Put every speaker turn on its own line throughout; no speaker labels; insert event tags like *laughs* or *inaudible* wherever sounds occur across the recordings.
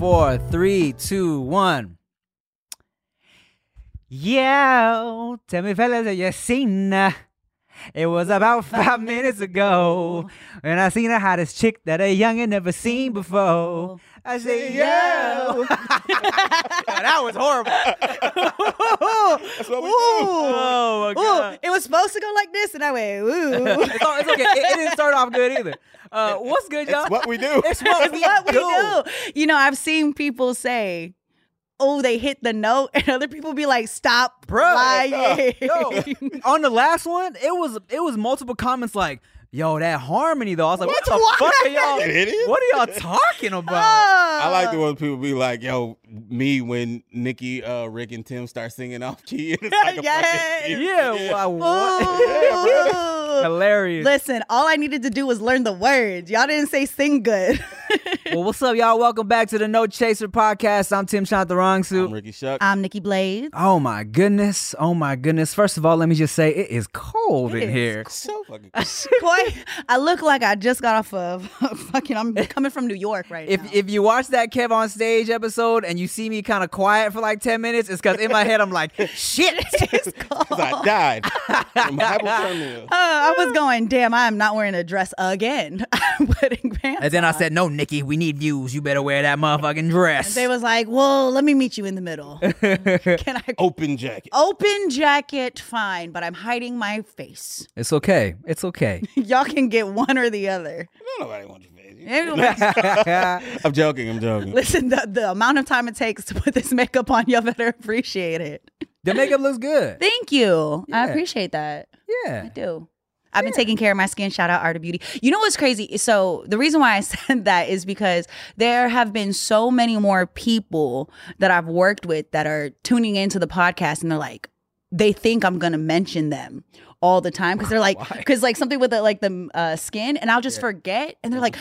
four, three, two, one. Yeah, tell me, fellas, have you seen her? It was about five minutes ago when I seen the hottest chick that a youngin' never seen before. I say, yo. *laughs* that was *laughs* horrible. That's
what we do.
Oh, my
Ooh,
God.
it was supposed to go like this, and I went,
*laughs*
ooh.
it's, all, it's okay. It, it didn't start off good either. Uh, what's good, y'all?
It's what
*laughs*
we do.
It's what we,
what we
do.
do. You know, I've seen people say, oh, they hit the note, *laughs* and other people be like, stop
Bruh,
lying.
Yo,
*laughs*
on the last one, it was it was multiple comments like, "Yo, that harmony though." I was like, "What,
Which
the
one?
fuck are y'all?
Idiot.
What are y'all talking
*laughs* Oh,
about?"
I
I like the ones people be like, "Yo, me when Nikki, uh, Rick, and Tim start singing off key." *laughs* and It's like a
Yes.
fucking-
yeah, why-
*laughs*
Oh.
what? *laughs*
Ooh.
hilarious.
*laughs* Listen, all I needed to do was learn the words. Y'all didn't say sing good. *laughs*
well, what's up, y'all? Welcome back to the No Chaser podcast. I'm Tim
I'm
Shantarangsu.
Ricky Shuck.
I'm Nikki Blades.
*laughs*
Oh my goodness! Oh my goodness! First of all, let me just say it is cold
It
in
is
here.
so fucking.
Boy, I look like I just got off of *laughs* fucking. I'm coming from New York right
If
now.
if you watch that Kev on stage episode and you see me kind of quiet for like ten minutes, it's because in my head I'm
*laughs*
like, shit.
*laughs* it's cold.
'Cause I
*laughs*
died from hypothermia.
Uh, I was going, damn, I am not wearing a dress again. *laughs* I'm wearing pants.
And then I
on.
said, no, Nikki, we need views. You better wear that motherfucking dress.
they was like, well, let me meet you in the middle. Can I?
Open jacket.
Open jacket, fine, but I'm hiding my face. *laughs*
it's okay. It's okay.
Y'all can get one or the other.
No, nobody wants your face.
Anyway,
I'm joking. I'm
*laughs*
joking.
Listen, the, the amount of time it takes to put this makeup on, y'all better *laughs* appreciate it.
the makeup looks good.
Thank you. I
Yeah.
appreciate that. I
Yeah.
do. I've been taking care of my skin. Shout out Art of Beauty. You know what's crazy? So the reason why I *laughs* said that is because there have been so many more people that I've worked with that are tuning into the podcast and they're like, they think I'm gonna mention them all the time because they're like, because like something with the, like the uh, skin, and I'll just forget, and they're like.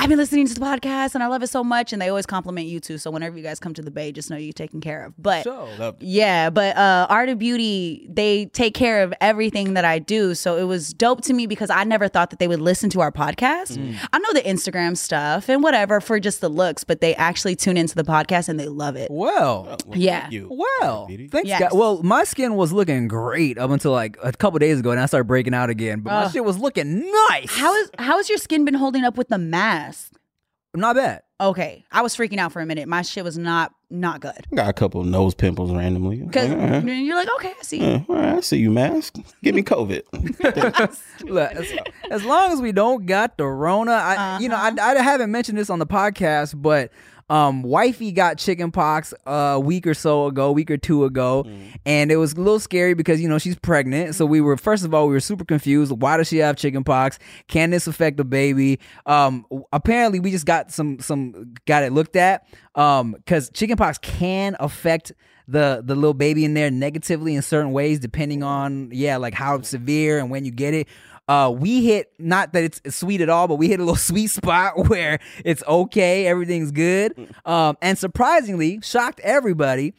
I've been listening to the podcast and I love it so much, and they always compliment you too. So whenever you guys come to the bay, just know you're taken care of. But
So,
Love it.
yeah, but uh, Art of Beauty, they take care of everything that I do. So it was dope to me because I never thought that they would listen to our podcast.
Mm.
I know the Instagram stuff and whatever for just the looks, but they actually tune into the podcast and they love it.
well,
Well, thank
Yeah.
you.
well,
Beauty.
thanks,
Yes.
guys. Well, my skin was looking great up until like a couple days ago, and I started breaking out again. But my
Ugh.
shit was looking nice.
How is how has your skin been holding up with the mask?
not bad?
Okay, I was freaking out for a minute. My shit was not not good
I got a couple of nose pimples randomly.
because
Like, all right.
you're like, okay, I see.
Yeah, all right, I see you, mask. Give me COVID.
Look, as, as long as we don't got the Rona, I you know I, I haven't mentioned this on the podcast, but um, wifey got chicken pox uh, a week or so ago, week or two ago, and it was a little scary because you know she's pregnant. So we were first of all we were super confused. Why does she have chicken pox? Can this affect the baby? Um, w- apparently we just got some some got it looked at. Um, because chicken pox can affect the the little baby in there negatively in certain ways depending on yeah like how severe and when you get it uh we hit not that it's sweet at all but we hit a little *laughs* sweet spot where it's okay everything's good um and surprisingly shocked everybody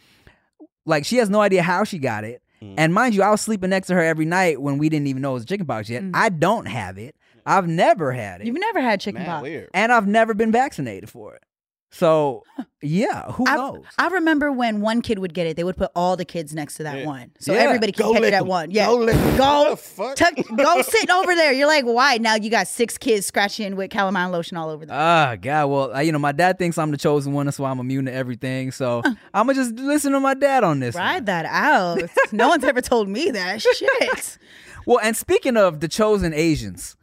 like she has no idea how she got it and mind you i was sleeping next to her every night when we didn't even know it was chickenpox yet i don't have it i've never had it
You've never had chicken
Mad
pox.
weird.
and i've never been vaccinated for it so yeah who
I-
knows
I remember when one kid would get it, they would put all the kids next to that
Yeah.
one, so
Yeah.
everybody could
Go
catch
lick
it at
them.
one. Yeah,
Go lick them.
Go-
What the fuck?
Tuck, go sit over there. You're like, why? Now you got six kids scratching with calamine lotion all over them.
Ah, God. Well, I, you know, my dad thinks I'm the chosen one. That's why I'm immune to everything. So I'm going to just listen to my dad on this. one.
Ride that out. no one's ever told me that shit.
Well, and speaking of the chosen Asians,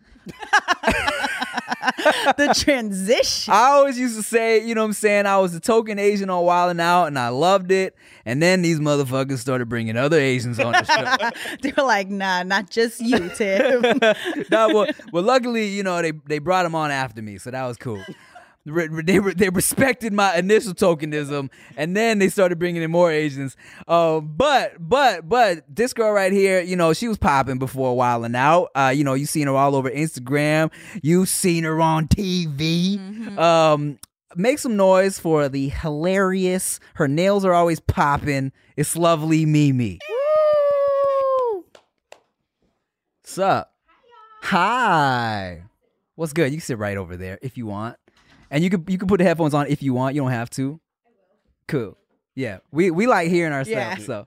the
*laughs*
transition.
I always used to say, you know what I'm saying? I was the token Asian on Wild and Out and I loved it. And then these motherfuckers started bringing other Asians on the show.
They're like, nah, not just you, Tim.
no, well, well, luckily, you know, they they brought him on after me, so that was cool. Re- re- They, re- they respected my initial tokenism, and then they started bringing in more Asians. Uh, but but but this girl right here, you know, she was popping before a while and out. Uh, you know, you seen her all over Instagram. You seen her on TV. Um, make some noise for the hilarious. Her nails are always popping. It's lovely Mimi. What's up? Hi. What's good? You can sit right over there if you want. And you could you could put the headphones on if you want. You don't have to. Cool. Yeah. We we like hearing ourselves.
Yeah.
So.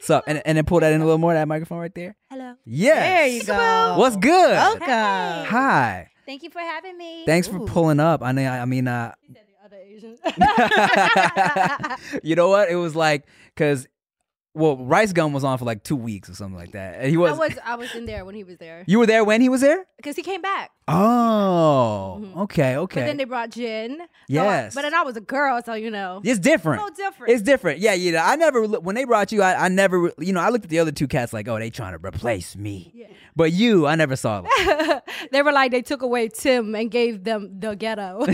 So and and then pull that in a little more. That microphone right there.
Hello.
*laughs* Yes.
There you go.
What's good?
Welcome.
Hey.
Hi.
Thank you for having me.
Thanks for
Ooh.
pulling up. I mean, I I mean, uh, *laughs*
She said the other Asian. *laughs*
you know what? It was like because, well, Rice Gum was on for like two weeks or something like that. And he
I
was, *laughs*
was I was in there when he was there
You were there when he was there.
because he came back.
Oh,
Mhm.
okay,
But then
okay.
they brought Jen. So I-
Yes.
but then I was a girl, so you know,
it's different.
so different.
It's different. Yeah, you know, I never loo- when they brought you, I, I never, re- you know, I looked at the other two cats like, oh, they trying to replace me. *laughs*
Yeah.
But you, I never saw.
*laughs*
Like,
they were like they took away Tim and gave them the
*laughs*
ghetto.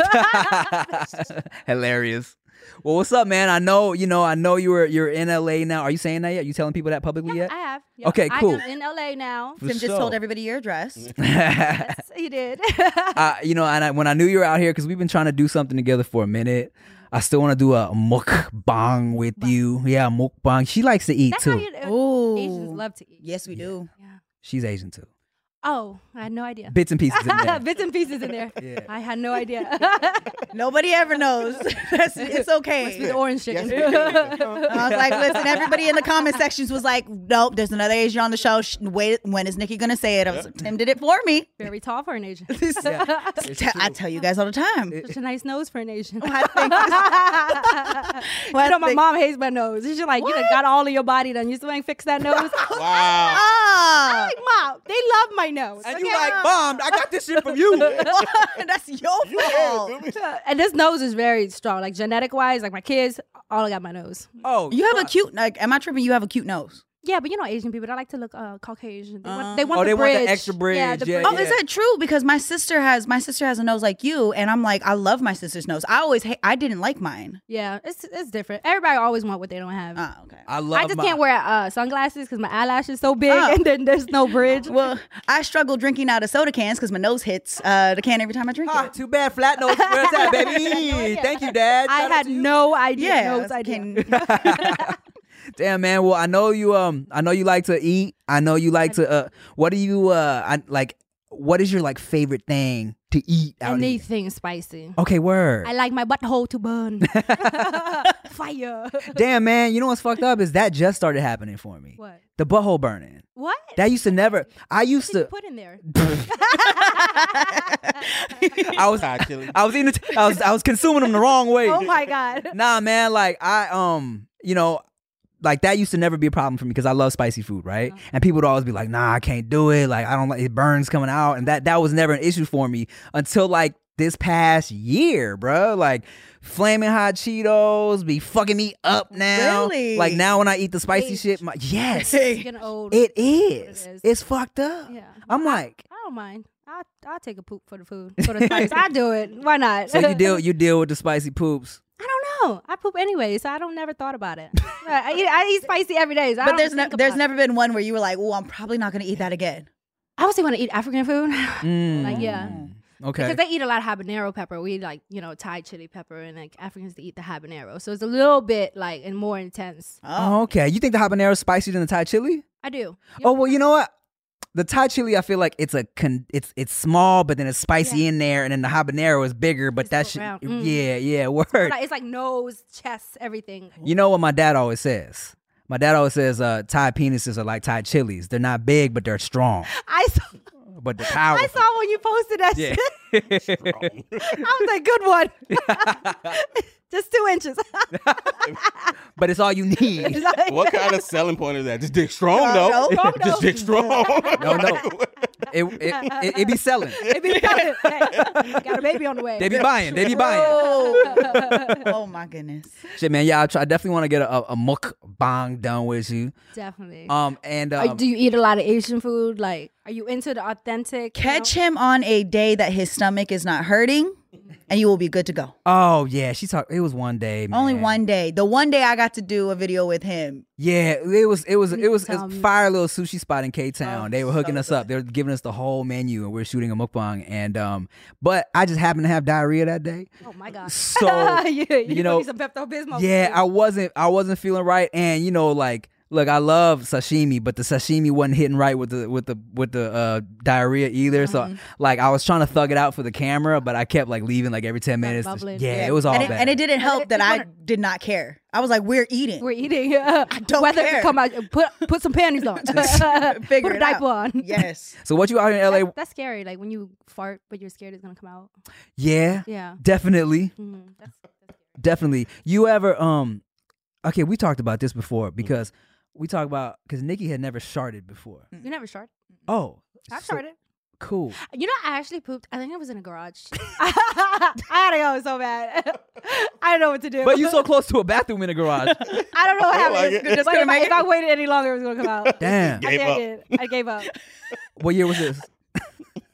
*laughs* Hilarious. Well, what's up, man? I know, you know, I know you were you're in LA now. Are you saying that yet? You telling people that publicly
*laughs* I
yet?
have.
Okay, cool.
I'm in LA
*laughs*
now.
For
Tim just told
sure.
everybody your address.
*laughs*
Yes, he did.
I, you know, and I, when I knew you were out here, because we've been trying to do something together for a minute.
Mm-hmm.
I still want to do a mukbang with you. Yeah, mukbang. She likes to eat
*laughs* That's how
too.
you do.
Ooh.
Asians love to eat.
Yes, we do.
Yeah.
She's Asian too.
Oh, I had no idea.
Bits and pieces in
*laughs*
there.
Bits and pieces in there.
Yeah.
I had
*laughs*
no idea. *laughs*
Nobody ever knows. *laughs* That's, it's okay.
the orange chicken.
And I was like, listen, everybody in the comment sections was like, nope, there's another Asian on the show. Sh- Wait, when is Nikki going to say it? I was like, Tim did it for me.
*laughs*
*laughs*
Very tall for
*laughs*
an Asian.
Yeah. It's
Te- I
true.
tell you guys all the time.
Such a nice nose for an Asian.
Oh,
I think- *laughs*
*laughs* you know, my
think-
mom hates my nose. She's like, you done got all of your body done. You still ain't fixed that nose. I'm
Wow.
Ah.
like, mom, they love my nose.
And
okay?
you like, mom, I got this shit from you.
*laughs*
*laughs* That's your
You heard,
fault.
Doobie.
and this nose is very strong, like genetic wise. Like my kids, all got my nose.
oh,
You have a cute, like, am I tripping? You have a cute nose.
Yeah, but you know, Asian people, they like to look uh, Caucasian. They want,
Uh.
they want
Oh,
the
they want
bridge.
the extra
Yeah,
bridge.
the
Yeah,
bridge.
Oh, is that true? Because my sister has my sister has a nose like you, and I'm like, I love my sister's nose. I always hate, I didn't like mine.
Yeah, it's it's different. Everybody always want what they don't have.
Oh, okay.
I love.
I just
my-
can't wear uh, sunglasses because my eyelash is so big,
Oh.
*laughs* and then there's no bridge.
Well, I struggle drinking out of soda cans because my nose hits uh, the can every time I drink
Ah,
it.
too bad, flat
*laughs*
nose. Where's that, baby? Thank you, Dad.
I
Shout out
had
to you.
no idea.
Yeah,
no idea. *laughs*
can-
*laughs* Damn, man. Well, I know you. Um, I know you like to eat. I know you like to. Uh, what do you? Uh, I, like, what is your like favorite thing to eat out here?
Anything spicy.
Okay, word.
I like my butthole to burn. *laughs*
*laughs*
Fire.
Damn, man. You know what's fucked up is that just started happening for me.
What?
The butthole burning.
What?
That used to never. I used
What did you
to.
put
*laughs*
in there.
I was.
Thai chili.
I was eating. the- I was. I was consuming them the wrong way.
oh my god.
nah, man. Like I um, you know, like that used to never be a problem for me because I love spicy food, right?
Uh-huh.
And people would always be like, "Nah, I can't do it. Like I don't like it burns coming out," and that that was never an issue for me until like this past year, bro. Like flaming hot Cheetos be fucking me up now.
Really?
Like now when I eat the spicy
Wait.
shit, my
*laughs*
yes.
Hey.
Getting old.
It is.
is.
It's fucked up.
Yeah.
I'm like,
I don't mind. I I'll take a poop for the food. For
*laughs*
the spice. I do it. Why not?
so you
*laughs*
deal you deal with the spicy poops.
I don't know. I poop anyway, so I don't never thought
*laughs*
about it. I, eat, I eat spicy every day. So I
but
don't
there's ne-
think
there's
about it.
never been one where you were like, oh, I'm probably not gonna eat that again.
I would say when I eat African food. *laughs*
Mm.
Like, yeah.
Okay.
Because they eat a lot of habanero pepper. We like, you know, Thai chili pepper and like Africans they eat the habanero. So it's a little bit like and more intense.
Oh, okay. You think the habanero is spicier than the Thai chili?
I do.
Oh well,
*laughs*
you know what? The Thai chili, I feel like it's a con- it's it's small, but then it's spicy in there, and then the habanero is bigger, but
It's
that should
still round. Mm.
yeah yeah *laughs* word.
Like, it's like nose, chest, everything.
You know what my dad always says. My dad always says uh, Thai penises are like Thai chilies. They're not big, but they're
*laughs*
strong,
I saw,
but they're
I
powerful. *laughs*
saw when you posted that
Yeah.
shit. I was like, good one.
*laughs*
*laughs* Just two inches. *laughs*
but it's all you
Oh.
*laughs* need.
It's like-
What kind of selling point is that? Just dick strong,
No,
though. *laughs*
no, no,
Just dick strong. *laughs*
No, no, it it, it, it be selling.
They be
*laughs*
coming. Hey, got a baby on the way.
They be buying. They be buying.
Oh. *laughs* oh my goodness.
Shit, man. Yeah, I, try, I definitely want to get a, a, a mukbang done with you.
Definitely.
Um, and
Are-
um,
do you eat a lot of Asian food? Like, are you into the authentic? you know?
Catch him on a day that his stomach is not hurting, and you will be good to go.
oh yeah, she talked. It was one day. Man.
Only one day. The one day I got to do a video with him.
Yeah, it was it was it was, it
tell
was
me.
fire little sushi spot in K Town.
Oh,
they were hooking
so
us up. They were giving us the whole menu, and we are shooting a mukbang. And um, but I just happened to have diarrhea that day,
Oh my god.
so
yeah, *laughs* you,
know,
know, some Pepto Bismol.
yeah, I wasn't I wasn't feeling right. And you know, like
Look, I love sashimi, but the sashimi wasn't hitting right with the with the with the uh, diarrhea either. So like I was trying to thug it out for the camera, but I kept like leaving like every ten minutes.
bubbling.
Yeah,
Yeah.
it was all
and, it,
bad.
and it didn't help
it-
that
you
I
wanna-
did not care. I was like, we're eating.
We're eating. *laughs* Yeah. I
don't
Whether
care.
to come out, put put some
*laughs*
panties on.
*laughs* Figure
*laughs* put a
it
diaper
out.
on.
yes.
so what you out here in LA?
That- that's scary. *laughs* Like when you fart, but you're scared it's gonna come out.
yeah,
Yeah.
definitely,
Mhm. That's, that's
definitely. You ever um? Okay, we talked about this before
Mm.
because we talked about because Nikki had never sharted before.
Mm.
you never shart.
Oh,
I've
so
sharted.
Cool.
You know, I actually pooped. I think it was in a garage. *laughs* I had to go so bad. *laughs* I don't know what to do.
But you so close to a bathroom in a garage.
*laughs* I don't know what
I
happened.
like it.
But
Just
if,
couldn't
I,
make
if I
it.
waited any longer, it was gonna
*laughs*
come out.
Damn.
Gave
I
up.
did. I gave *laughs* up.
What year was this?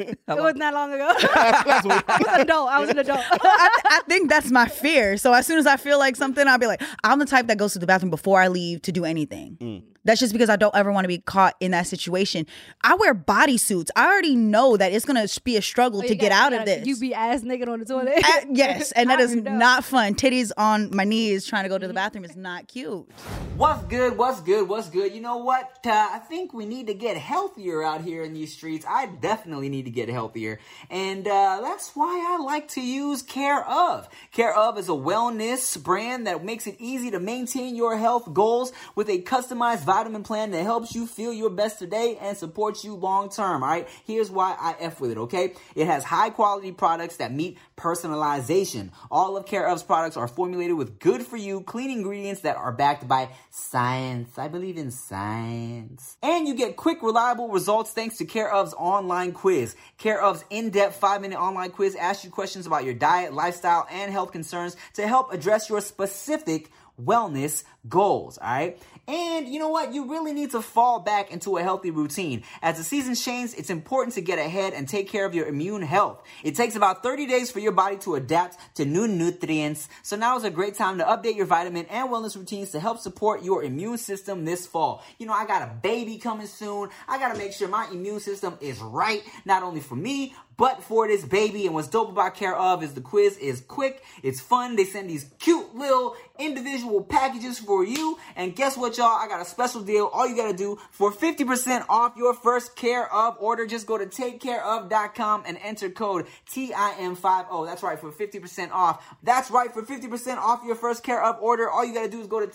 How
It
long-
wasn't that long *laughs* ago. I was an adult. I
*laughs*
was an adult.
I, I think that's my fear. So as soon as I feel like something, I'll be like, I'm the type that goes to the bathroom before I leave to do anything.
Mm.
That's just because I don't ever want to be caught in that situation. I wear bodysuits. I already know that it's gonna be a struggle to
Oh, You
get
gotta-
out
you
of
gotta-
this.
You be ass naked on the toilet.
*laughs* Uh, yes, and that
*laughs* I
is
already know.
not fun. Titties on my knees trying to go to the bathroom is not cute.
What's good? What's good? What's good? You know what? Uh, I think we need to get healthier out here in these streets. I definitely need to get healthier. And uh, that's why I like to use Care of. Care of is a wellness brand that makes it easy to maintain your health goals with a customized vitamin plan that helps you feel your best today and supports you long term. All right? Here's why I F with it, okay? It has high quality products that meet personalization. All of Care of's products are formulated with good for you, clean ingredients that are backed by science. I believe in science. And you get quick, reliable results thanks to Care of's online quiz. Care of's in depth five minute online quiz asks you questions about your diet, lifestyle, and health concerns to help address your specific wellness goals, all right? And you know what? You really need to fall back into a healthy routine. As the season changes, it's important to get ahead and take care of your immune health. It takes about 30 days for your body to adapt to new nutrients. So now is a great time to update your vitamin and wellness routines to help support your immune system this fall. You know, I got a baby coming soon. I got to make sure my immune system is right, not only for me, but for this baby. And what's dope about Care of is the quiz is quick, it's fun. They send these cute little individual packages for you. And guess what, y'all? I got a special deal. All you gotta do for 50% off your first Care of order, just go to takecareof.com and enter code TIM50. That's right, for 50% off. That's right, for 50% off your first Care of order, all you gotta do is go to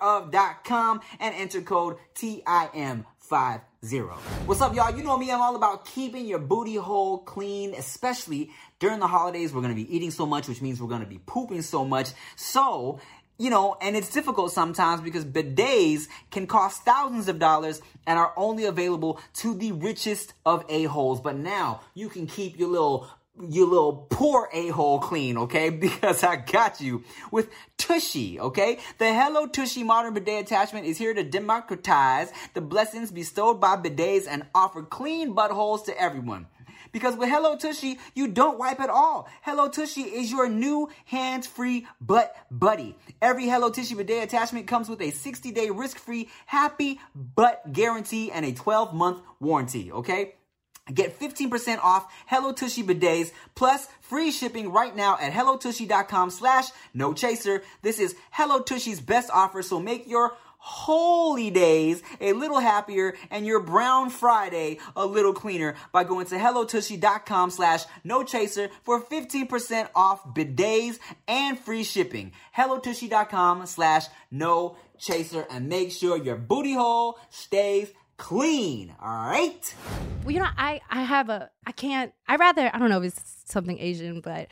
takecareof.com and enter code TIM50 five zero. What's up, y'all? You know me. I'm all about keeping your booty hole clean, especially during the holidays. We're gonna be eating so much, which means we're gonna be pooping so much. So. You know, and it's difficult sometimes because bidets can cost thousands of dollars and are only available to the richest of a-holes. But now you can keep your little your little poor a-hole clean, okay? *laughs* Because I got you with Tushy, okay? The Hello Tushy Modern Bidet Attachment is here to democratize the blessings bestowed by bidets and offer clean buttholes to everyone. Because with Hello Tushy, you don't wipe at all. Hello Tushy is your new hands-free butt buddy. Every Hello Tushy bidet attachment comes with a 60-day risk-free happy butt guarantee and a 12-month warranty, okay? Get 15% off Hello Tushy bidets plus free shipping right now at hellotushy.com slash no chaser. This is Hello Tushy's best offer, so make your holy days a little happier and your brown Friday a little cleaner by going to hellotushy.com slash no chaser for 15% off bidets and free shipping. hellotushy.com slash no chaser and make sure your booty hole stays clean. All right.
Well, you know, I I have a I can't. I rather I don't know if it's something Asian, but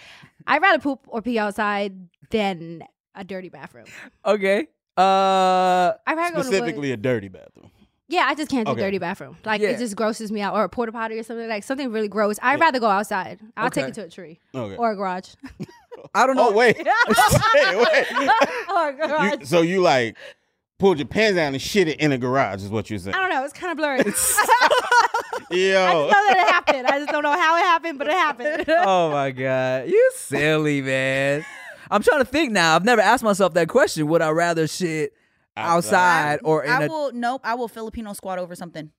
I rather poop or pee outside than a dirty bathroom.
Okay. Uh,
I rather go to Specifically.
Specifically, a dirty bathroom.
yeah, I just can't do
Okay.
dirty bathroom. Like
Yeah.
it just grosses me out, or a porta potty or something like something really gross. I'd rather go outside. I'll
Okay.
take it to a tree
Okay.
or a garage. *laughs*
I don't know.
*laughs*
oh wait. *laughs* wait, wait.
or a garage.
You- so you like pulled your pants down and shit it in a garage is what you're saying?
I don't know. It's kind of
*laughs*
blurry. I just know
Yo.
that it happened. I just don't know how it happened, but it
*laughs*
happened.
Oh my god, you silly man. I'm trying to think now. I've never asked myself that question. Would I rather shit outside, or in
I
a
will nope, I will Filipino squat over something.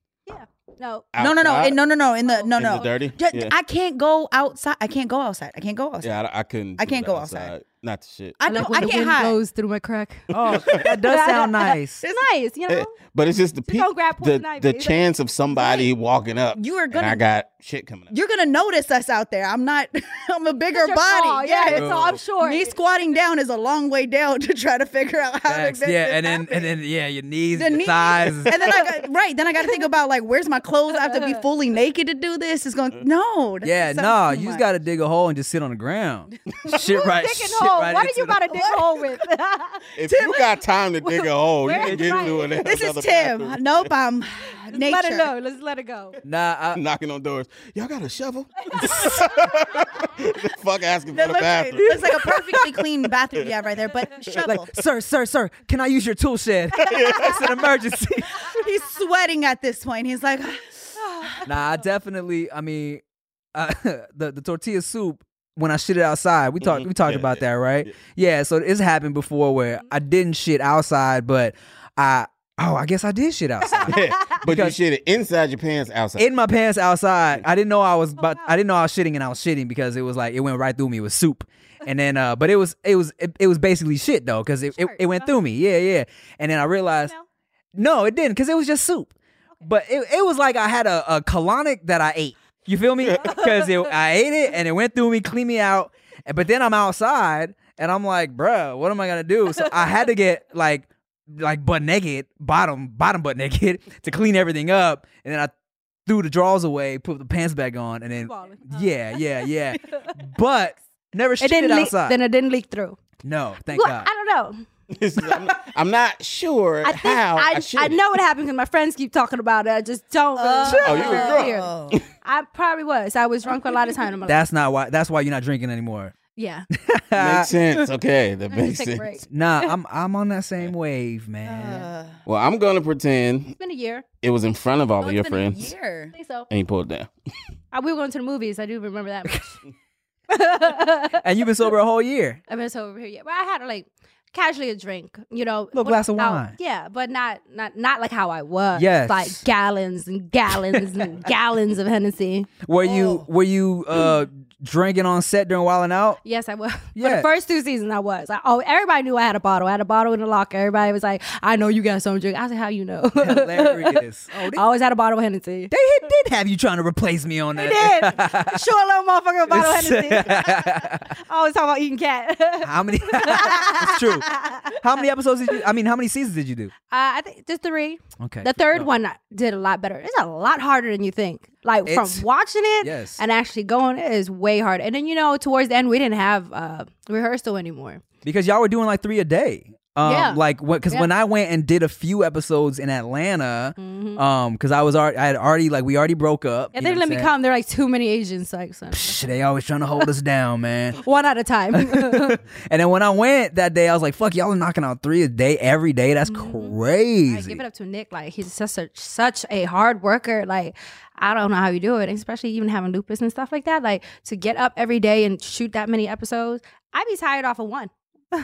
no.
No, no, no,
Outside?
in- no, no, no. In
Oh,
the no,
In the
no.
dirty?
Ju-
Yeah.
I can't go outside. I can't go outside. I can't go outside.
Yeah, I, I couldn't.
I
do
can't
that
go outside.
Not the shit.
I,
like
don't,
when
I
the
can't
wind
hide.
blows through my crack.
Oh, that
*laughs*
does sound nice.
It's nice, you know.
But it's just the
Just don't
peop-
grab
the,
poison ivy.
the
It's like-
chance of somebody walking up.
You are
and
gonna-
I got shit coming up.
You're gonna notice us out there. I'm not. *laughs* I'm a bigger
It's your
body.
call, yeah.
Yes.
So I'm sure.
Me squatting down is a long way down *laughs* to try to figure out how
Facts.
to make
Yeah,
this
and then
happen.
and then yeah, your knees,
The
your
knees. *laughs*
thighs.
and then I got right. Then I got to think about like, where's my clothes? I have *laughs* to be fully naked to do this. It's going no. that's
yeah,
just
no,
too
you just
much.
gotta dig a hole and just sit on the ground. *laughs* shit right,
Dick
shit
and hole.
right
what are
into
you
the-
about to dig a hole with? *laughs*
If you got
*laughs*
time to dig a hole, you
Where
can
is
get
Ryan?
into it.
This is Tim. Nope, *laughs* I'm nature.
Let it go. Let's let it go.
*laughs* Nah, I,
*laughs* Knocking on doors. Y'all got a
*laughs*
shovel? the fuck asking for
That looks,
the
like,
*laughs*
bathroom.
looks like a
*laughs*
perfectly clean bathroom you have right there, *laughs* but shovel.
like, sir, sir, sir, can I use your tool shed? it's an emergency. *laughs*
He's sweating at this point. He's like,
nah, I definitely. I mean, uh, *laughs* the the tortilla soup when I shit it outside. We talked.
Mhm.
We talked
Yeah,
about
yeah,
that, right?
yeah.
Yeah. So it's happened before
Mm-hmm.
where I didn't shit outside, but I oh, I guess I did shit
*laughs*
outside.
but you
Because-
shit it inside your pants, outside. *laughs*
In my pants outside, I didn't know I
Oh,
was, but I didn't know I was shitting, and I was shitting because it was like it went right through me. It was soup, and then, uh, but it was it was it, it was basically shit though because it, it
Sure.
it went through me. Yeah, yeah. And then I realized,
Smell?
no, it didn't because it was just soup. But it, it was like I had a, a colonic that I ate. You feel me? Because I ate it and it went through me, cleaned me out. And- But then I'm outside and I'm like, bruh, what am I gonna do? So I had to get like like butt naked, bottom bottom butt naked *laughs* to clean everything up. And then I threw the drawers away, put the pants back on, and then
Ballin'.
yeah, yeah,
*laughs*
yeah. but never
It
shit
didn't leak.
outside.
Then it didn't leak through.
no, thank
Well,
God.
I don't know.
This is- I'm, not, I'm not sure
I think
how I,
I,
shit
I,
it.
know it happened because my friends keep talking about it. I just don't. Really
Oh, you were drunk.
Clear. *laughs* I probably was. I was drunk a lot of time. In my life.
that's not why. That's why you're not drinking anymore.
Yeah. *laughs*
Makes sense. Okay, that
Let's
*laughs* makes
take a
sense.
break. It's
Nah, I'm I'm on that same wave,
Uh,
man.
Well, I'm gonna pretend
been a year.
it was in front of all
Oh,
of your friends,
I think so.
and you pulled down.
I, we were going to the movies. I do remember that much.
and you've been sober a whole year.
I've been sober for a year. But I had like casually a drink, you know.
Little glass of
without-
wine.
yeah, but not not not like how I was.
Yes.
Like gallons and gallons
*laughs*
and gallons of Hennessy.
Were
Oh.
you were you uh drinking on set during Wildin' Out?
Yes, I was. For
Yeah.
the first two seasons, I was. I, oh, everybody knew I had a bottle. I had a bottle in the locker. Everybody was like, "I know you got some drink." I was like, "How you know?"
Hilarious. Oh,
*laughs*
they,
I always had a bottle of Hennessy.
they hit- did have you trying to replace me on that.
*laughs* did. Sure, little motherfucker, a
*laughs*
bottle of Hennessy. *laughs* I always talk about eating cat. *laughs* uh,
how many? *laughs* it's true. How many episodes did you? I mean, how many seasons did you do?
I think just three.
Okay.
The third one I did a lot better. It's a lot harder than you think. Like
It's-
from watching it
yes.
and actually going, it is way harder. And then you know, towards the end, we didn't have uh, rehearsal anymore.
because y'all were doing like three a day. Um,
Yeah.
Like what? Because
Yeah.
when I went and did a few episodes in Atlanta, um, because I was already, I had already like we already broke up.
Mm-hmm. And
you
they
know what
didn't let me
I'm
come. They're like too many Asians. Like so. *laughs*
saying? Psh, they always trying to hold us down, man.
one at a
*laughs*
time. *laughs*
And then when I went that day, I was like, "Fuck, y'all are knocking out three a day every day. That's
I
crazy."
Mm-hmm. give it up to Nick. Like he's such a, such a hard worker. Like I don't know how you do it, especially even having lupus and stuff like that. Like to get up every day and shoot that many episodes, I'd be tired off of one.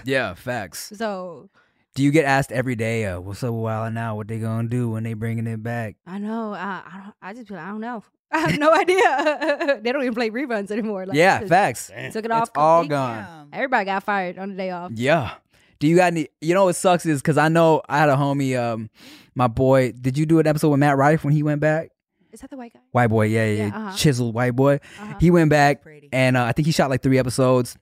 yeah, facts.
So
Do you get asked every day, uh, "What's up with Wild and Out? What they gonna do when they bringing it back?"
I know. Uh, I don't. I just be like, I don't know. *laughs* I have no idea. *laughs* they don't even play reruns anymore. Like,
yeah,
just
facts.
Took it off.
It's all
complete.
gone.
Everybody got fired on the day off.
Yeah. Do you got any? You know what sucks is because I know I had a homie, um, my boy. Did you do an episode with Matt Rife when he went back?
Is that the white guy?
White boy, yeah, yeah,
Yeah,
yeah,
uh-huh.
chiseled white boy.
Uh-huh.
He went back
Brady.
and uh, I think he shot like three episodes,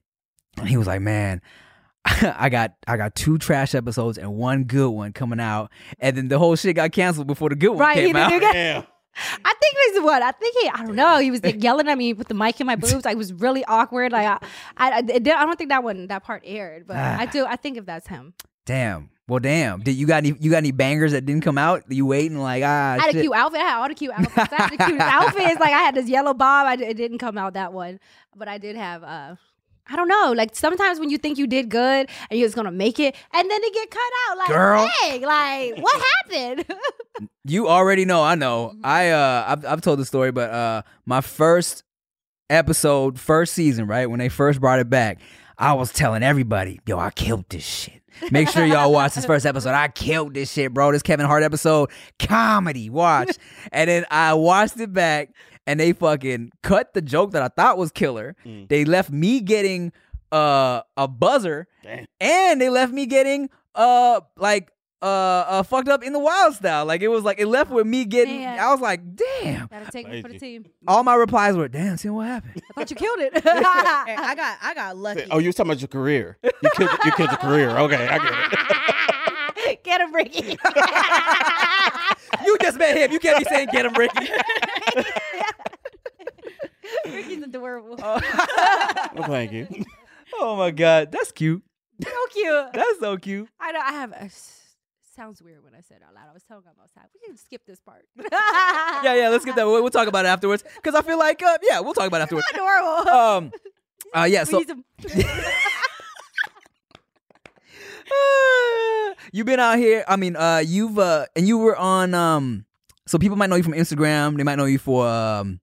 and he was like, "Man, *laughs* I got I got two trash episodes and one good one coming out, and then the whole shit got canceled before the good one
Right, he
came
the new
out."
guy.
Damn.
I think this is what I think he. I don't know. He was like yelling at me with the mic in my boobs. Like, it was really awkward. Like I, I, I, it did- I don't think that one that part aired, but
Ah.
I do. I think if that's him,
*laughs* Damn. Well, damn. Did you got any? You got any bangers that didn't come out? You waiting like ah?
I had a
shit.
cute outfit. I had all the cute outfits. I had the cutest outfits. Like I had this yellow bob. I, di- it didn't come out that one, but I did have. uh I don't know. Like sometimes when you think you did good and you're just gonna make it, and then they get cut out. Like,
Girl.
dang, like what
*laughs*
happened?
You already know. I
Mm-hmm.
know. I uh, I've, I've told the story, but uh, my first episode, first season, right when they first brought it back, I was telling everybody, "Yo, I killed this shit." Make sure y'all watch this first episode. I killed this shit, bro. This Kevin Hart episode, comedy. Watch, and then I watched it back, and they fucking cut the joke that I thought was killer. They left me getting uh a buzzer,
Damn.
and they left me getting uh like uh, uh fucked up in the wild style. Like it was like it left with me getting.
Man.
I was like, damn.
Gotta take me
Thank
for the
you.
team.
All my replies were, damn. See what happened?
I thought you killed it. *laughs*
Hey,
*laughs*
I got I got lucky.
Oh, you was talking about your career. You killed, you killed your career. Okay, I get it.
*laughs* Get him, Ricky. *laughs*
you just met him. You can't be saying get him, Ricky.
Ricky's adorable.
Well, thank you.
*laughs* oh my god, that's cute.
*laughs* So cute.
That's so cute.
I know. I have. A, s- sounds weird when I said it out loud. I was telling him outside. We can skip this part. *laughs*
Yeah, yeah. Let's get that. We'll, we'll talk about it afterwards. Cause I feel like, uh, yeah, we'll talk about it *laughs* afterwards.
Adorable.
Um, uh, yeah. So
He's a- *laughs*
uh, you've been out here. I mean, uh, you've uh, and you were on. Um, so people might know you from Instagram. They might know you for um,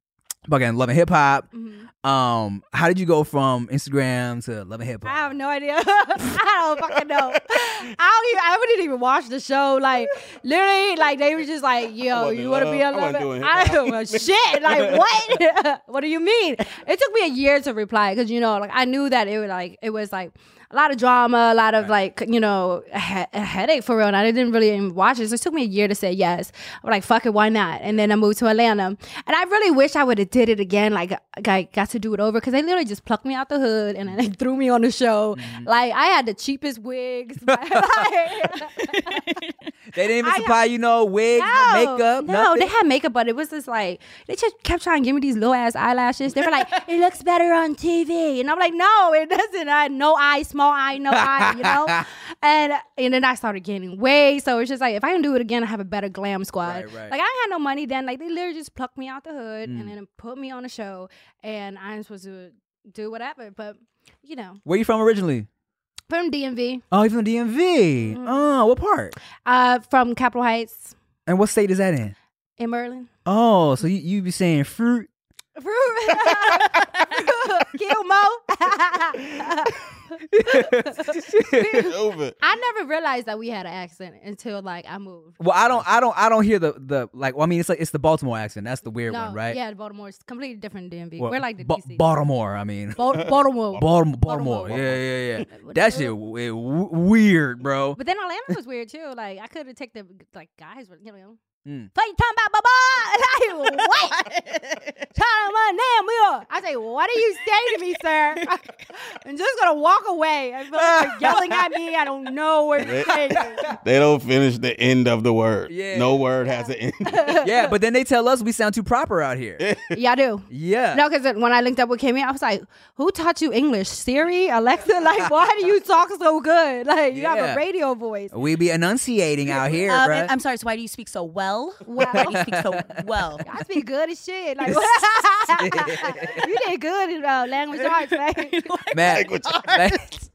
again, loving hip hop.
Mhm.
Um, how did you go from Instagram to loving hip
I have
hop?
no idea. *laughs* I don't fucking know. I don't even, I didn't even watch the show. Like literally, like they were just like, "Yo,
wasn't
you
in
want to
love.
be a
uh, I wasn't
lover?"
doing
I
hip-hop. *laughs*
don't know shit. Like what? *laughs* what do you mean? It took me a year to reply because you know, like I knew that it was like it was like a lot of drama, a lot of like you know a, he- a headache for real. And I didn't really even watch it, so it took me a year to say yes. I'm like, "Fuck it, why not?" And then I moved to Atlanta, and I really wish I would have did it again. Like I got to do it over because they literally just plucked me out the hood and then they *laughs* threw me on the show.
Mm-hmm.
Like I had the cheapest wigs. *laughs*
They didn't even
I-
supply you no wigs,
no,
no, makeup,
No,
nothing.
they had makeup, but it was just like they just kept trying to give me these low ass eyelashes. They were like, "It looks better on TV," and I'm like, "No, it doesn't. I had no eye, small eye, no eye," you
*laughs*
know. And and then I started gaining weight, so it's just like if I can do it again, I have a better glam squad.
Right, Mm. right.
Like I ain't had no money then. Like they literally just plucked me out the hood and then put me on a show, and I'm supposed to do whatever, but. You know,
Where you from originally?
from DMV,
Oh, you from the DMV.
Mm-hmm.
Oh, what part?
uh, from Capitol Heights
And what state is that in?
in Maryland.
Oh, so you, you be saying fruit?
Gilmo.
Over.
*laughs* I never realized that we had an accent until like I moved.
Well, I don't, I don't, I don't hear the the like. Well, I mean, it's like it's the Baltimore accent. That's the weird
no,
one, right?
Yeah, Baltimore's completely different than DMV.
Well,
We're like the
Ba-
DC.
Baltimore. I mean,
Bal- Baltimore.
*laughs* Baltimore,
Baltimore.
Baltimore. Yeah, yeah,
*laughs*
yeah.
What the
That
hell?
shit w- w-
*laughs*
weird, bro.
But then Atlanta was weird too. Like I could have taken the like guys were you know.
Mm.
Fuck you talking about baba? *laughs*
*laughs*
Like what? Tell my name, Will. I say, what do you say to me, sir? *laughs* I'm just gonna walk away. I feel like you're yelling at me. I don't know what
*laughs*
you're saying.
They don't finish the end of the word.
Yeah.
No word has an end. *laughs*
yeah, but then they tell us we sound too proper out here.
Yeah, I do. *laughs*
Yeah.
No, because when I linked up with Kimmy, I was like, "Who taught you English, Siri, Alexa? *laughs* Like, why do you talk so good? Like, you have
Yeah.
a radio voice."
We
*laughs*
be enunciating out here,
Um,
bro.
and I'm sorry. So why do you speak so well?
Well.
Why do you speak so well?
I speak good as shit. Like, *laughs* you did good in uh, language arts, right?
Matt, *laughs* Matt-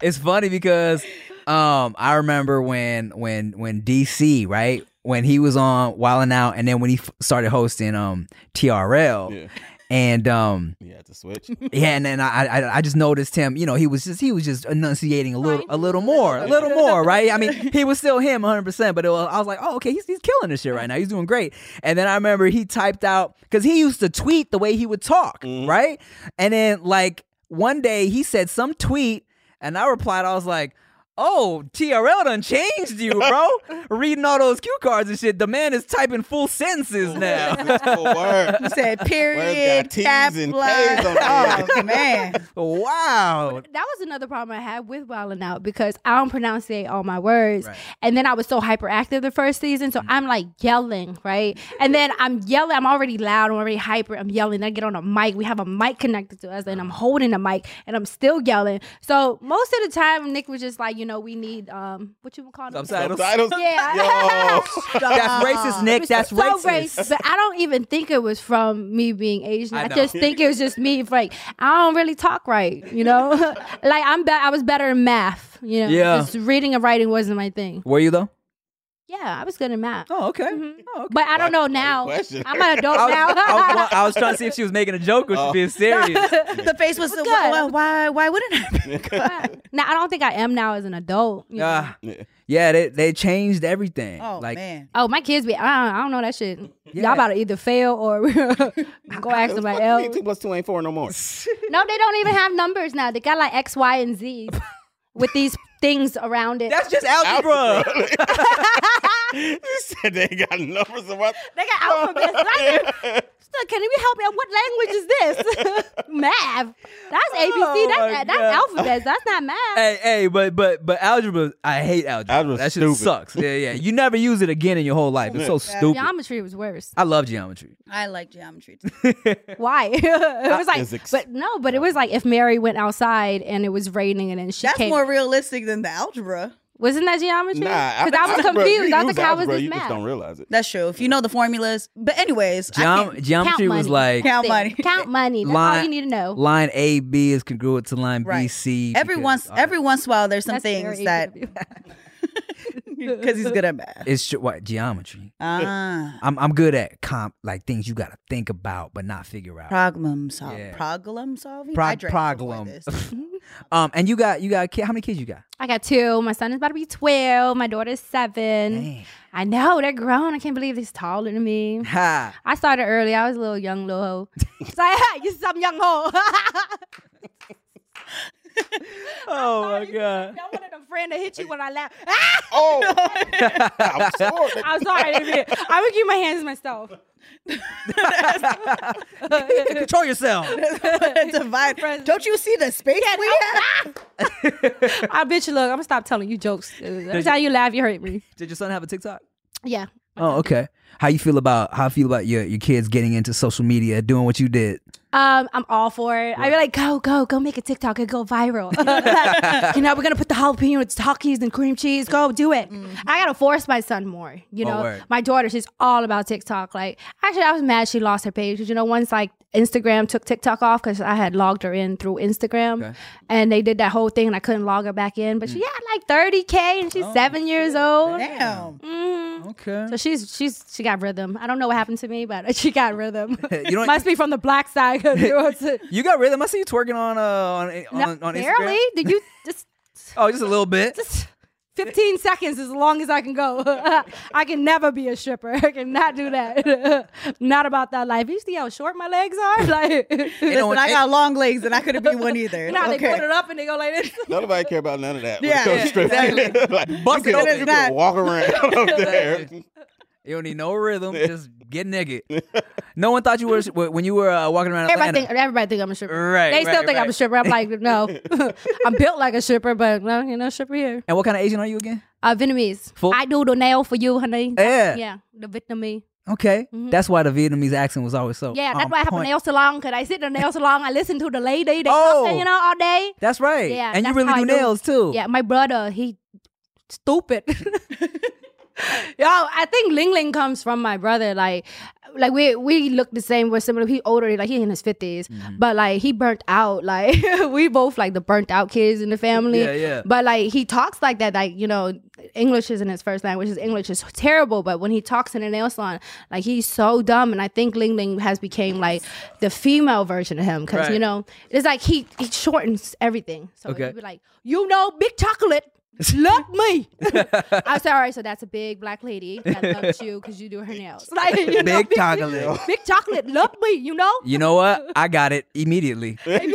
it's funny because um I remember when when when DC right when he was on Wildin' Out and then when he f- started hosting um TRL
Yeah.
and um
You have to switch.
yeah and then I, I I just noticed him you know he was just he was just enunciating a little
Fine.
a little more a
*laughs*
little more right I mean he was still him 100 percent but it was, I was like oh okay he's he's killing this shit right now he's doing great and then I remember he typed out because he used to tweet the way he would talk right and then like one day he said some tweet and I replied I was like. Oh, TRL done changed you, bro. Reading all those cue cards and shit. The man is typing
*laughs*
full sentences now.
It's a word.
You *laughs* said period.
got T's and
capital-
K's on the
Oh man.
wow.
that was another problem I had with Wildin' Out because I don't pronunciate all my words.
Right.
And then I was so hyperactive the first season, so I'm like yelling, right? And then I'm yelling, I'm already loud, I'm already hyper, I'm yelling. I get on a mic, we have a mic connected to us, and I'm holding the mic and I'm still yelling. So most of the time, Nick was just like, you know, we need, um, what you would call them?
Subtitles.
Subtitles.
Yeah. *laughs*
Yo.
That's racist, Nick.
It was
That's
so
racist.
racist. But I don't even think it was from me being Asian.
I
I,
know.
just think it was just me. Like I don't really talk right, you know. *laughs* like I'm, be- I was better in math. You know,
Yeah.
just reading and writing wasn't my thing.
Were you though?
Yeah, I was good in math.
Oh, okay.
Mm-hmm.
Oh, okay.
But I don't know
Why-
now.
why question?
I'm an adult
I was,
now.
I, was, wa- I was trying to see if she was making a joke or she was
*laughs*
being serious.
The face was
good.
why, why why wouldn't I?
*laughs* now I don't think I am now as an adult. you know.
Ah,
Yeah.
Yeah, they they changed everything.
*laughs* Oh
like,
man.
Oh, my kids be, I don't, I don't know that shit.
Yeah.
Y'all about to either fail or *laughs* go ask somebody
Fuck me,
else.
Two plus two ain't four no more.
No, they don't even have numbers now. They got like X, Y, and Z with these things around it.
That's just algebra.
*laughs* you said they ain't got numbers of
*laughs*
what?
they got alphabets. Like, so can you help me? What language is this? *laughs* math. That's ABC.
Oh, my
that's that's
God.
alphabets. That's not math.
*laughs* hey, hey, but but but algebra, I hate algebra.
Algebra's
that shit
stupid.
sucks. Yeah, yeah. You never use it again in your whole life. It's so stupid.
Geometry was worse.
I love geometry.
I like geometry. Too.
Why? *laughs* it was like,
physics.
but no, but it was like if Mary went outside and it was raining and then she
That's
came.
more realistic than the algebra.
wasn't that geometry?
Nah,
because
*laughs*
I, was
algebra,
confused.
you
I was like,
use
how was
algebra,
this
You just don't
math?
realize
*laughs*
it.
That's true. If you know the formulas, but anyways, I
Geom-
can't-
geometry
money.
was like
Count
Thing.
money.
Count money. That's all
Line-
you need to know.
line A B is congruent to line B
Right.
C.
every
because-
once every once in a while, there's some
That's
things
very
that
easy to do.
*laughs* because he's good at math.
it's ju- what geometry.
Ah,
I'm I'm good at comp like things you gotta think about but not figure out.
problem solving.
Yeah.
Problem solving.
Pro-
I drank before
proglum.
this. *laughs*
um, and you got you got a kid. How many kids you got?
I got two. My son is about to be twelve. My daughter's seven.
Dang.
I know they're grown. I can't believe they're taller than me. *laughs*
Ha.
I started early. I was a little young little hoe. It's like, *laughs* you some young hoe. *laughs*
Oh my god.
I wanted a friend to hit you when I laugh. *laughs*
Oh, *laughs* I'm sorry.
I'm sorry. I didn't mean it. I'm gonna keep my hands to myself.
Control yourself.
Divide. Don't you see the space we
*laughs*
have?
I bitch, look, I'm gonna stop telling you jokes. Every time you laugh, you hurt me.
*laughs* Did your son have a TikTok?
Yeah.
Oh, okay. How you feel about how you feel about your, your kids getting into social media, doing what you did?
Um, I'm all for it. I'd be like, go, go, go make a TikTok and go viral. *laughs*
*laughs*
you know, we're gonna put the jalapeno with Takis and cream cheese. Go do it. I gotta force my son more. You
Mm-hmm. Oh,
know,
word.
my daughter, she's all about TikTok. Like, actually, I was mad she lost her page. 'cause, You know, once like Instagram took TikTok off because I had logged her in through Instagram, and they did that whole thing, and I couldn't log her back in. But she
Mm.
had like 30k, and
Oh,
she's seven years old.
Mm.
Damn.
Okay.
So she's she's she got rhythm. I don't know what happened to me, but *laughs* she got rhythm.
*laughs* You don't-
Must be from the black side. 'cause
*laughs*
it was-
You got rhythm. I see you twerking on uh on on,
no,
on Instagram.
barely. Did *laughs* you just
Oh, just a little
*laughs*
bit.
just 15 seconds is as long as I can go. *laughs* I can never be a stripper. *laughs* I cannot do that. *laughs* Not about that life. You see how short my legs are? *laughs* Like
You know,
Listen, I
it-
got long legs and I couldn't be one
*laughs*
either.
now they
Okay.
put it up and they go like this. *laughs*
Nobody care about none of that. when
Yeah,
it comes
yeah,
to stripping. *laughs* like,
Bust
you
it
can,
open.
you can walk
*laughs*
around *laughs* up there.
You don't need no *laughs* rhythm. just get *laughs* naked. No one thought you were when you were uh, walking around
Everybody
Atlanta.
think, everybody think I'm a stripper.
Right,
They still
right,
think I'm a
right.
stripper. I'm like, *laughs* no. I'm built like a stripper, but no, you know, stripper here.
and what kind of Asian are you again?
Uh, Vietnamese.
Full-
I do the nail for you, honey.
Yeah.
Yeah, the Vietnamese.
Okay. That's why the Vietnamese accent was always so.
Mm-hmm. Yeah,
on
that's why I have
point.
a nail salon because I sit in the nail salon. I listen to the lady. They
Oh.
talking, you know, all day.
That's right.
Yeah,
and you
that's
really
how
do
I do.
nails too.
Yeah, my brother, he stupid. Yo, I think Ling Ling comes from my brother. Like, like we we look the same. We're similar. He older, like he in his 50s
Mm-hmm.
but like he burnt out. Like *laughs* we both like the burnt out kids in the family.
Yeah, yeah.
But like he talks like that. Like you know, English isn't his first language. His English is terrible. But when he talks in a nail salon, like he's so dumb. And I think Ling Ling has became like the female version of him because you
Right.
know it's like he he shortens everything. So
Okay.
he'd be like, you know, big chocolate. Love
*laughs*
me. I said, all right, so that's a big black lady that loves you because you do her nails. *laughs* Like, you know,
Big chocolate.
*laughs* Big chocolate, love me, you know?
You know what? I got it immediately.
And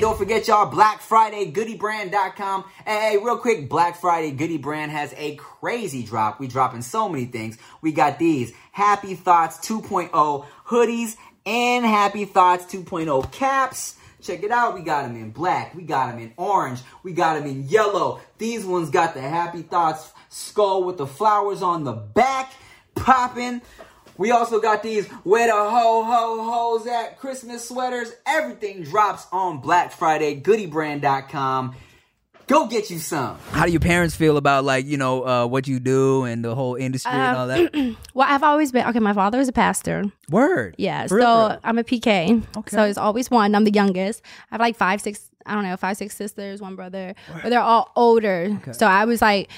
don't forget y'all, Black Friday, goodybrand.com. Hey, hey, real quick, Black Friday, Goody Brand has a crazy drop. We dropping so many things. We got these Happy Thoughts 2.0 hoodies and Happy Thoughts 2.0 caps. Check it out. We got them in black. We got them in orange. We got them in yellow. These ones got the Happy Thoughts skull with the flowers on the back popping. We also got these where the ho ho ho's at Christmas sweaters. Everything drops on Black Friday, goodybrand.com. Go get you some.
How do your parents feel about like you know uh, what you do and the whole industry and
Uh, *clears throat*
all that?
Well, I've always been, okay, my father was a pastor.
Word.
Yeah,
For real,
so
for real.
I'm a PK.
Okay.
So it's always one. I'm the youngest. I have like five, six, I don't know, five, six sisters, one brother, but they're all older. So I was like,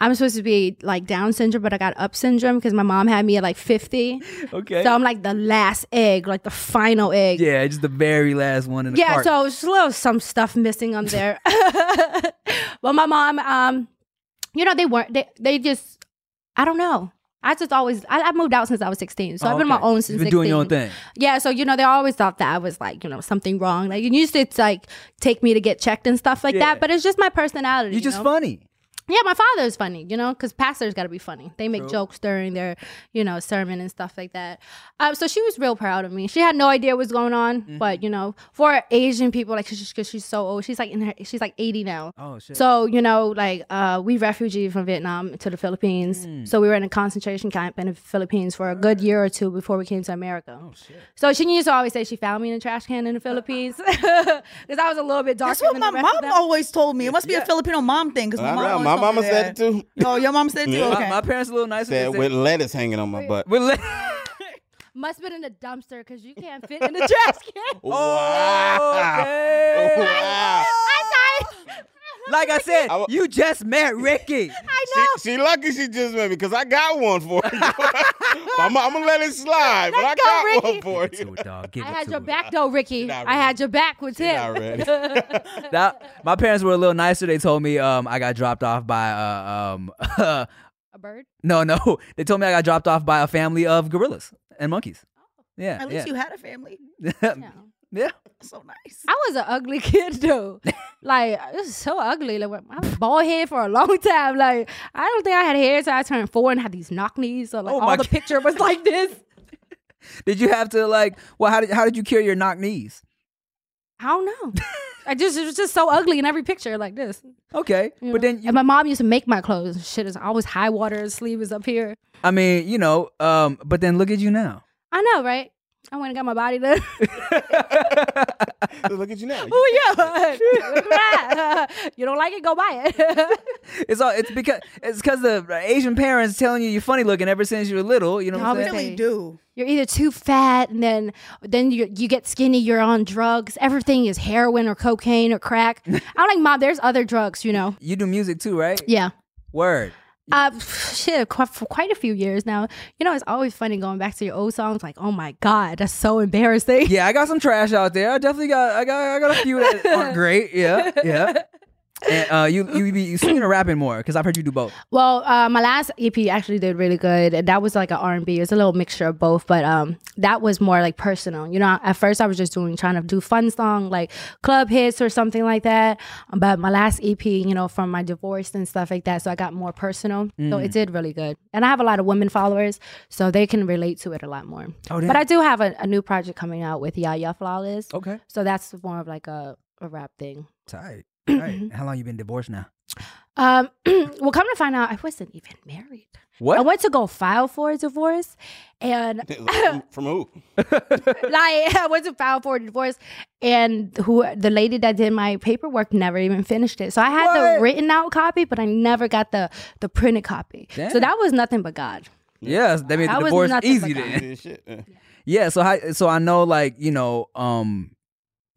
I'm supposed to be like Down syndrome, but I got up syndrome because my mom had me at like 50.
Okay.
So I'm like the last egg, like the final egg.
yeah, just the very last one in the
Yeah,
cart.
so it's a little some stuff missing on there. *laughs* but my mom, um, you know, they weren't they they just I don't know. I just always I, I moved out since I was sixteen. So
Oh,
I've been
okay.
my own
You've
since
been
16.
doing your own thing.
Yeah, so you know, they always thought that I was like, you know, something wrong. Like you used to like take me to get checked and stuff like
Yeah.
that. But it's just my personality.
You're
you
just
know?
funny.
Yeah, my father is funny, you know, because pastors got to be funny. They make
True.
jokes during their, you know, sermon and stuff like that. Um, so she was real proud of me. She had no idea what was going on, but you know, for Asian people, like because she's so old, she's like in her, she's like eighty now.
Oh shit.
So you know, like uh, we refugee from Vietnam to the Philippines. So we were in a concentration camp in the Philippines for a good year or two before we came to America. Oh shit! So she used to always say she found me in a trash can in the Philippines *laughs* because I was a little bit darker.
That's what
than
my
the rest of
mom
them.
always told me. It must be a Filipino mom thing because my,
I
mom
know,
always
my
told me
mama said
that.
it too.
Oh, your mom said it too.
Yeah.
my,
Okay.
my parents are a little nicer.
Said
than-
with lettuce hanging on my butt.
with le-
Must been in the dumpster because you can't fit in the trash
*laughs*
*laughs*
can.
Wow.
Okay.
Wow.
I'm sorry.
Like I said,
I wa-
you just met Ricky.
I know.
She, she lucky she just met me because I got one for you. *laughs* I'm, I'm gonna let it slide, but I
Let's go,
got
Ricky.
one for
*laughs*
you.
dog. Give
I had your back though, Ricky.
not
I had your back with
not
him.
ready.
That, my parents were a little nicer. They told me um, I got dropped off by uh, um, *laughs*
A bird?
no, no. They told me I got dropped off by a family of gorillas and monkeys. Yeah,
At least you had a family.
yeah.
No.
*laughs* yeah.
That's so nice.
I was an ugly kid
*laughs*
though. like it was so ugly. Like I was bald head for a long *laughs* time. Like I don't think I had hair until I turned four and had these knock knees. So like
Oh, my
all
*laughs*
the
God.
picture was like this.
Did you have to like? Well, how did how did you cure your knock knees?
I don't
*laughs*
know. I just it was just so ugly in every picture like this.
Okay,
you know?
but then you,
and my mom used to make my clothes. Shit is always high water. Sleeve is up here.
I mean, you know, um, but then look at you now.
I know, right? I went and got my body done. *laughs*
Look at you *laughs* now.
Oh yeah, Look at that. *laughs* you don't like it, go buy it. *laughs*
It's all it's because it's because the Asian parents telling you you're funny looking ever since you were little. You know what I'm
Always
saying?
say-
really do.
you're either too fat, and then then you you get skinny. You're on drugs. Everything is heroin or cocaine or crack. I'm like, mom, there's other drugs, you know.
You do music too, right?
Yeah.
Word.
Uh, pff, shit, qu- for quite a few years now. You know, it's always funny going back to your old songs. Like, oh my god, that's so embarrassing.
Yeah, I got some trash out there. I definitely got I got I got a few
*laughs*
that aren't great. Yeah, yeah. And uh, you you be you singing or rapping more because I've heard you do both.
Well, uh, my last EP actually did really good, and that was like an R and B. It's a little mixture of both, but um, that was more like personal. You know, at first I was just doing trying to do fun song like club hits or something like that. But my last EP, you know, from my divorce and stuff like that, so I got more personal. So
Mm.
it did really good, and I have a lot of women followers, so they can relate to it a lot more.
Oh, damn. Oh.
but I do have a, a new project coming out with Yaya Flawless,
Okay.
so that's more of like a, a rap thing. *clears throat*
Tight.
Mm-hmm.
Tight. How long you been divorced now?
Um, *clears throat* well, come to find out, I wasn't even married. I
What?
went to go file for a divorce,
*laughs*
and
From who?
like *laughs* I went to file for a divorce, and who the lady that did my paperwork never even finished it. So I had
What?
the written out copy, but I never got the the printed copy. So
Damn.
that was nothing but God. *sighs*
Yes, that made
I
the
was
divorce
nothing
easy
but
then.
that.
Yeah, shit. Uh, Yeah.
Yeah, so I so I know like, you know, um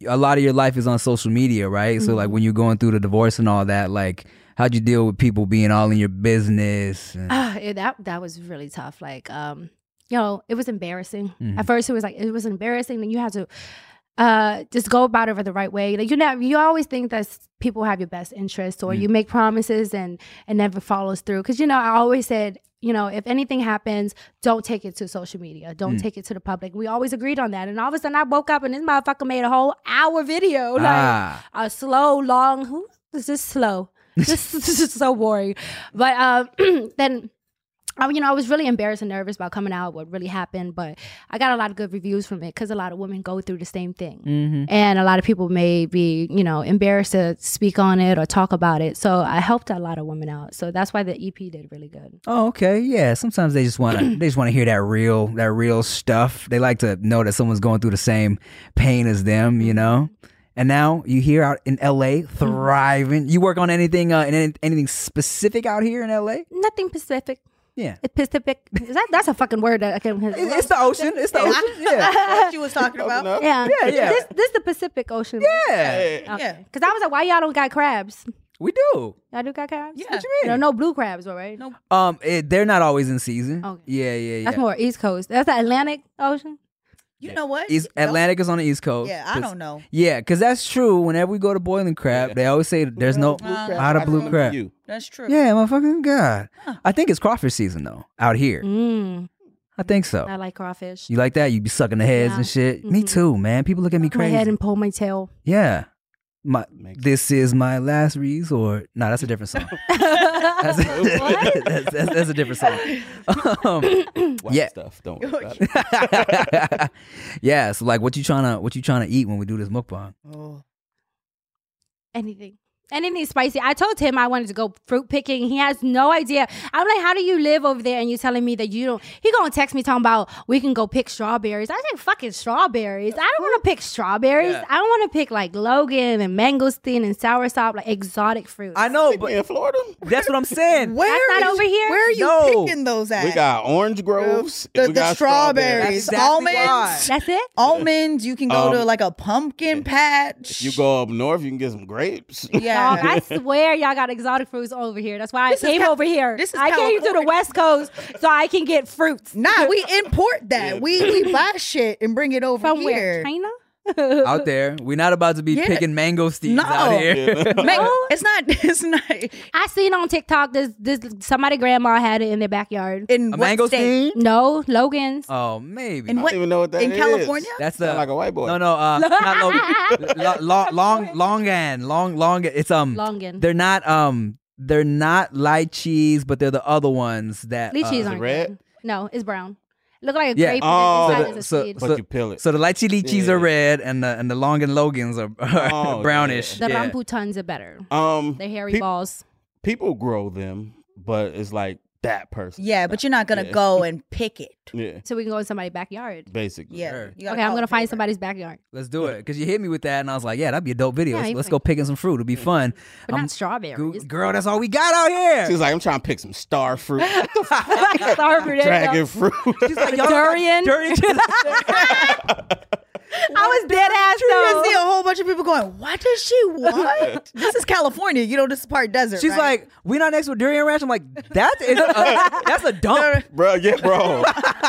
a lot of your life is on social media, right? So
Mm-hmm.
like when you're going through the divorce and all that, like how'd you deal with people being all in your business? and-
Ah, yeah, that that was really tough. Like, um, you know, it was embarrassing.
Mhm.
At first, it was like it was embarrassing, and you had to uh just go about it the right way. Like you know, you always think that s- people have your best interest, or you make promises and and never follows through. Because you know, I always said. You know, if anything happens, don't take it to social media. Don't take it to the public. We always agreed on that. And all of a sudden, I woke up and this motherfucker made a whole hour video. Like,
ah,
a slow, long. Who is this slow? this, *laughs* this is so boring. But um, *clears throat* then. I, you know, I was really embarrassed and nervous about coming out, what really happened, but I got a lot of good reviews from it because a lot of women go through the same thing. And a lot of people may be, you know, embarrassed to speak on it or talk about it. So I helped a lot of women out. So that's why the EP did really good.
oh, okay. Yeah, sometimes they just want to they just want to hear that real that real stuff. They like to know that someone's going through the same pain as them, you know? And now you here out in LA thriving. You work on anything uh, any- anything specific out here in LA?
Nothing Pacific.
Yeah.
Pacific. Is that, that's a fucking word that I can.
It- It's the ocean. It's the ocean.
*laughs*
Yeah.
*laughs* What you was talking about.
Enough.
yeah.
yeah.
This, this the Pacific Ocean.
Yeah.
Hey,
Yeah.
Because I was like, why y'all don't got crabs?
We do.
Y'all do got crabs?
Yeah. What
you mean?
No, no blue crabs, though, right? No.
Um, it, they're not always in season.
Okay.
Yeah, yeah, yeah.
That's more East Coast. That's the Atlantic Ocean.
You know what?
East,
Don't-
Atlantic is on the East Coast.
Yeah, I
'Cause-
don't know.
Yeah, because that's true. Whenever we go to Boiling Crab,
Yeah.
they always say that there's no
crab.
a lot of blue crab.
You.
That's true.
Yeah, motherfucking god. I think it's crawfish season though out here.
Mm,
I think so.
I like crawfish.
You like that? You be sucking the heads
Yeah.
and shit. Me
Mhm.
too, man. People look at me
My
crazy.
head and pull
*laughs*
my tail.
yeah. My
Makes
this is my last resort. No, that's a
*laughs*
different song. That's a,
What?
*laughs* that's, that's- that's a
*laughs*
different song. Um, *laughs*
white
Yeah.
stuff. Don't worry about it.
yeah, so like, what you trying to what you trying to eat when we do this mukbang?
Oh.
Anything. Anything spicy. I told him I wanted to go fruit picking. He has no idea. I'm like, how do you live over there? And you're telling me that you don't. He gonna text me talking about we can go pick strawberries. I think fucking strawberries. I don't want to pick strawberries. I don't want to pick like Logan and mangosteen and soursop, like exotic fruits.
I know,
We
but
in Florida,
that's what
*laughs*
I'm saying.
Where
not
is-
over here?
Where are you
No.
picking those at?
we got orange groves.
the,
we
the
got
strawberries,
That's exactly
almonds.
That's it.
Almonds. You can go to
Um,
like a pumpkin patch.
You go up north, you can get some grapes.
Dog,
Yeah.
I swear y'all got exotic fruits over here. That's why
This
I
is
came
Cal-
over here.
this is
I came to the
California.
West Coast so I can get fruits
Nah, we import that. We we buy shit and bring it over
from where?
here.
China?
out there, we're not about to be
Yeah.
picking mango steams
No.
out here.
Man, it's not. *laughs* It's not
I seen on TikTok this this somebody grandma had it in their backyard.
in
A
what
mango
state?
steam?
No, Logan's.
*laughs*
Um,
Oh, maybe.
In
I
what?
don't even know what that
in
is.
California?
that's the
Sound like a white boy.
No,
*laughs*
no, uh, not Logan. Lo- lo- long, long, and long, long. It's um,
Longan.
they're not um, they're not lychees, but they're the other ones that
Lychees
uh,
aren't
red?
good. No, it's brown. Look like a
Yeah.
grape.
Oh. So
but inside
the-
is a
so-
seed.
But you peel it.
So the lychee lychees
Yeah.
are red, and the and the long and logans are *laughs*
Oh,
brownish.
the
yeah.
rambutans are better.
*laughs* um,
They're hairy
peop-
balls.
People grow them, but it's like that person.
Yeah, but you're not gonna
Yeah.
go and pick
*laughs*
it.
Yeah,
So we can go in somebody's backyard.
basically.
Yeah.
Sure.
you gotta
Okay, I'm
call
gonna
it
find
paper.
somebody's backyard.
Let's do it. Cause you hit me with that, and I was like, "Yeah, that'd be a dope video.
Yeah,
let's
you
let's
can-
go picking some fruit. It'll be fun."
But
I'm-
not strawberries.
Goo-
*laughs*
girl, that's all we got out here.
She's like, I'm trying to pick some star fruit, *laughs*
Strawberry.
dragon fruit. *laughs*
She's like, "Y'all got
Durian. *laughs*
durian."
I was dead ass
You're gonna see
though.
a whole bunch of people going, "What does
*laughs*
she want?" this is California. You know, this is part desert.
She's
right?
like, "We not next to a durian ranch." I'm like, "That
*laughs*
is a, that's a dump."
bro, yeah, bro.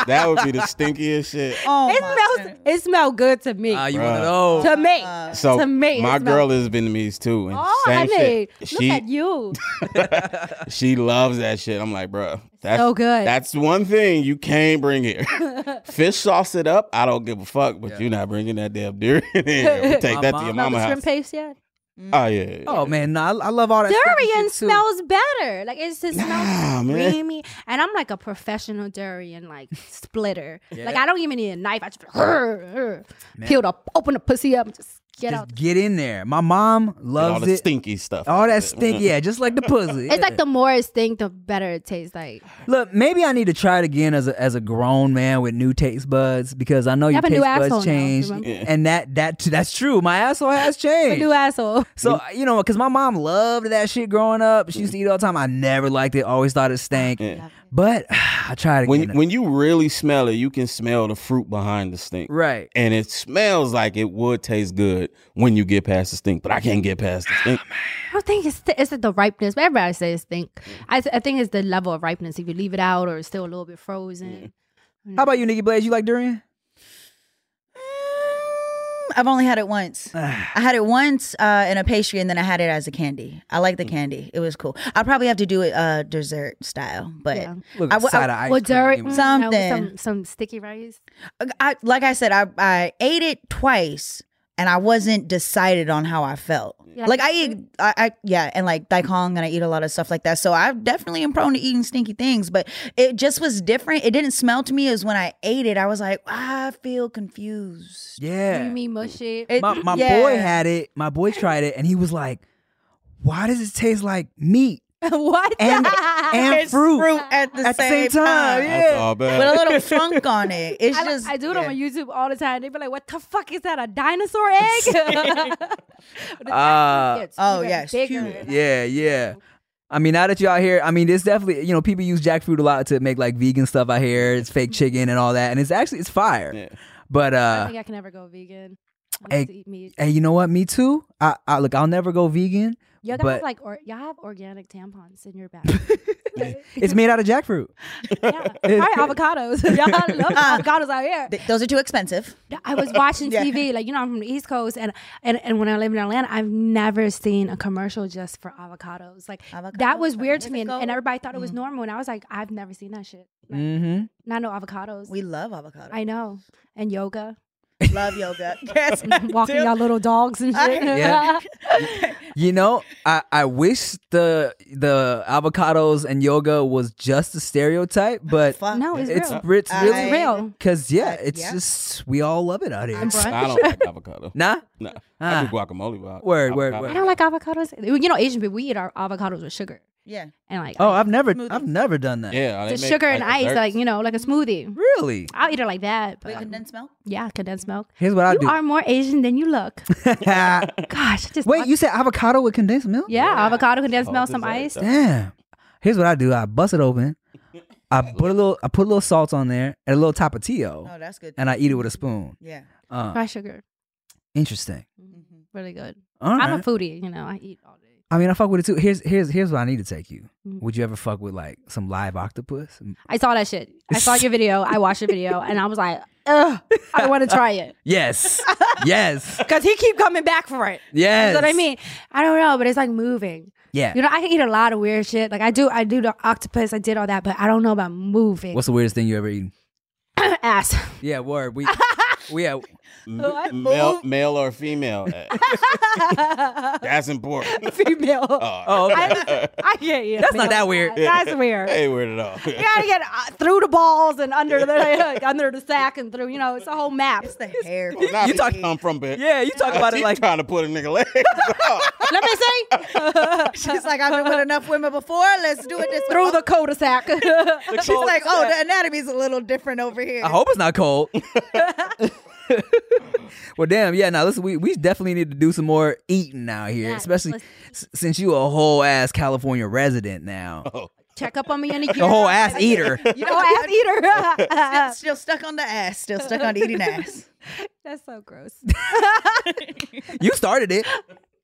that would be the stinkiest
*laughs*
shit.
"Oh,
It
my
smells.
goodness."
It smelled good to me.
Ah, you one of
Bruh.
those?
to me.
Uh, So
to me, it
my
smells-
girl is Vietnamese too, and
Oh,
same
honey,
shit.
look
She
at you.
she loves that shit. I'm like, bro, that's
so good.
That's one thing you can't bring
*laughs*
here. Fish sauce it up. I don't give a fuck, but you're not bringing that damn durian. *laughs* in here. We take
My
that
mom-
to your *laughs*
Smell
mama
the
house.
shrimp paste yet?
Oh yeah. yeah.
Oh man, no, I, I love all that. sticky
Durian
shit, too.
smells better. Like it's just
Nah,
smells
man.
creamy. And I'm like a professional durian like splitter.
Yeah.
Like I don't even need a knife. I just peel up, open the pussy up, and just get out.
Just get in there. My mom
And all
loves
the
it.
stinky stuff.
All that stink, yeah,
*laughs*
just like the pussy.
It's like
yeah.
the more it's stink, the better it tastes. Like
Look, maybe I need to try it again as a as a grown man with new taste buds because I know your
have a new
taste
asshole
buds
now,
changed,
remember?
and that that that's true. My asshole has changed.
new asshole.
So you know, because my mom loved that shit growing up. She used to eat all the time. I never liked it. Always thought it stank. But *sighs* I tried
When
again.
when you really smell it, you can smell the fruit behind the stink.
right.
And it smells like it would taste good when you get past the stink, but I can't get past the stink.
I don't think it's it's the ripeness. But everybody says stink. I I think it's the level of ripeness. If you leave it out or it's still a little bit frozen. Mm.
How about you, Nikki Blaze? You like durian?
Mm, I've only had it
*sighs*
once. I had it once uh, in a pastry, and then I had it as a candy. I like
Mm.
the candy; it was cool. I'll probably have to do it uh, dessert style, but
Yeah.
Look,
I
a
w- I-
side of ice
Well,
cream.
Derek, mm, no, with
Something.
some some sticky rice.
I, like I said, I, I ate it twice, and I wasn't decided on how I felt.
Yeah.
Like I eat, I, I yeah, and like daikon, and I eat a lot of stuff like that. So I definitely am prone to eating stinky things, but it just was different. It didn't smell to me. As when I ate it, I was like, I feel confused.
Yeah.
mm, You mean mushy?
It-
my my
yeah.
boy had it. My boy tried it, and he was like, "Why does it taste like meat
*laughs* what?
and and
It's
fruit,
at the
at the
same,
same time?"
time.
That's
*sighs* Yeah.
all bad.
with a
*laughs*
little funk on it. It's
I,
just
I do it
yeah.
on my YouTube all the time. They be like, "What the fuck is that? A dinosaur egg?" *laughs* The
Uh,
gets
oh,
even
yes,
bigger.
huge.
Like,
Yeah, yeah. I mean, now that you're out here, I mean, it's definitely you know people use jackfruit a lot to make like vegan stuff out here. It's fake chicken and all that, and it's actually it's fire.
Yeah.
But
I
uh,
think I can never go vegan. I used
Hey,
to eat meat.
Hey, you know what? Me too. I, I look. I'll never go vegan.
Y'all
but-
have like or, y'all have organic tampons in your bag. Like,
It's made out of jackfruit.
yeah, probably avocados. *laughs* y'all love avocados out here.
Th- those are too expensive.
I was
*laughs*
watching TV, like you know, I'm from the East Coast, and and and when I lived in Atlanta, I've never seen a commercial just for avocados. Like that
Avocados
was
from Mm.
weird to me, and,
Mexico.
and everybody thought it was normal, and I was like, I've never seen that shit. Like,
Mm-hmm.
Not no avocados.
We love avocado.
I know, and yoga,
love yoga. Yes, *laughs* I
*laughs* walking
do.
y'all little dogs
*laughs*
and shit. *laughs*
Yeah. You know, I, I wish the the avocados and yoga was just a stereotype, but
Fuck.
no, it's,
it's
real.
it's
I-
really
It's real.
because yeah,
Uh,
it's
yeah.
just we all love it out here.
And brunch.
I don't
*laughs*
like avocado.
Nah,
No, I
Ah.
do guacamole. But
Word, word,
I
word.
don't like avocados. You know, Asian people, we eat our avocados with sugar
Yeah.
and like
oh, I've never
Smoothies.
I've never done that.
Yeah,
the
they make,
sugar and
like,
ice,
desserts.
like you know, like a smoothie.
Really?
I'll eat it like that. But,
With condensed milk.
yeah, condensed milk.
Here's what I
you
do. *laughs*
are more Asian than you look. Gosh, I just
Wait, you said avocado with condensed milk?
yeah, avocado condensed
Cold
milk, some
dessert,
ice.
though.
Damn. Here's what I do. I bust it open. I put a little I put a little salt on there and a little tapatio,
Oh, that's good.
and I eat it with a spoon.
yeah.
Uh,
Fresh sugar,
interesting.
Mhm.
really good.
All right.
I'm a foodie, you know. I eat all day.
I mean, I fuck with it too. Here's here's here's where I need to take you.
Mhm.
Would you ever fuck with like some live
*laughs*
octopus?
I saw that shit. I saw
*laughs*
your video. I watched your video, and I was like, ugh, I want to try it
Yes, yes,
because he keep coming back for it. You
yes.
know what I mean? I don't know, but it's like moving.
Yeah.
You know, I can eat a lot of weird shit. Like I do, I do the octopus. I did all that, but I don't know about moving.
What's the weirdest thing you ever eaten?
*laughs* ass?
Yeah, word.
*laughs*
We we yeah.
M- male, male or
*laughs*
female? eh, That's important. *laughs*
Female.
Oh,
Oh, okay.
I, *laughs* I can't eat.
that's not that weird.
That's
*laughs*
weird.
ain't weird at all.
*laughs*
*laughs*
You gotta get uh, through the balls and under the under the sack and through. You know, it's a whole map.
It's the hair.
*laughs*
Nah,
You
she
talk-
come from it.
Yeah, you talk about it
She
like
trying to put a nigga leg. *laughs*
*laughs*
Let me *laughs* see
She's like, I've been with enough women before. Let's do it this way.
through the cul-de-sac.
She's like, oh, the anatomy's a little different over here.
I hope it's not
*laughs*
cold. *laughs* well, damn, yeah. Now listen, we we definitely need to do some more eating out here,
Yeah,
especially
let's-
s- since you a whole ass California resident now,
Oh. Check up on me *laughs* in a year.
a whole ass eater.
You
Whole
know,
ass *laughs* eater.
still stuck on the ass. Still stuck on eating ass.
That's so gross.
You started it.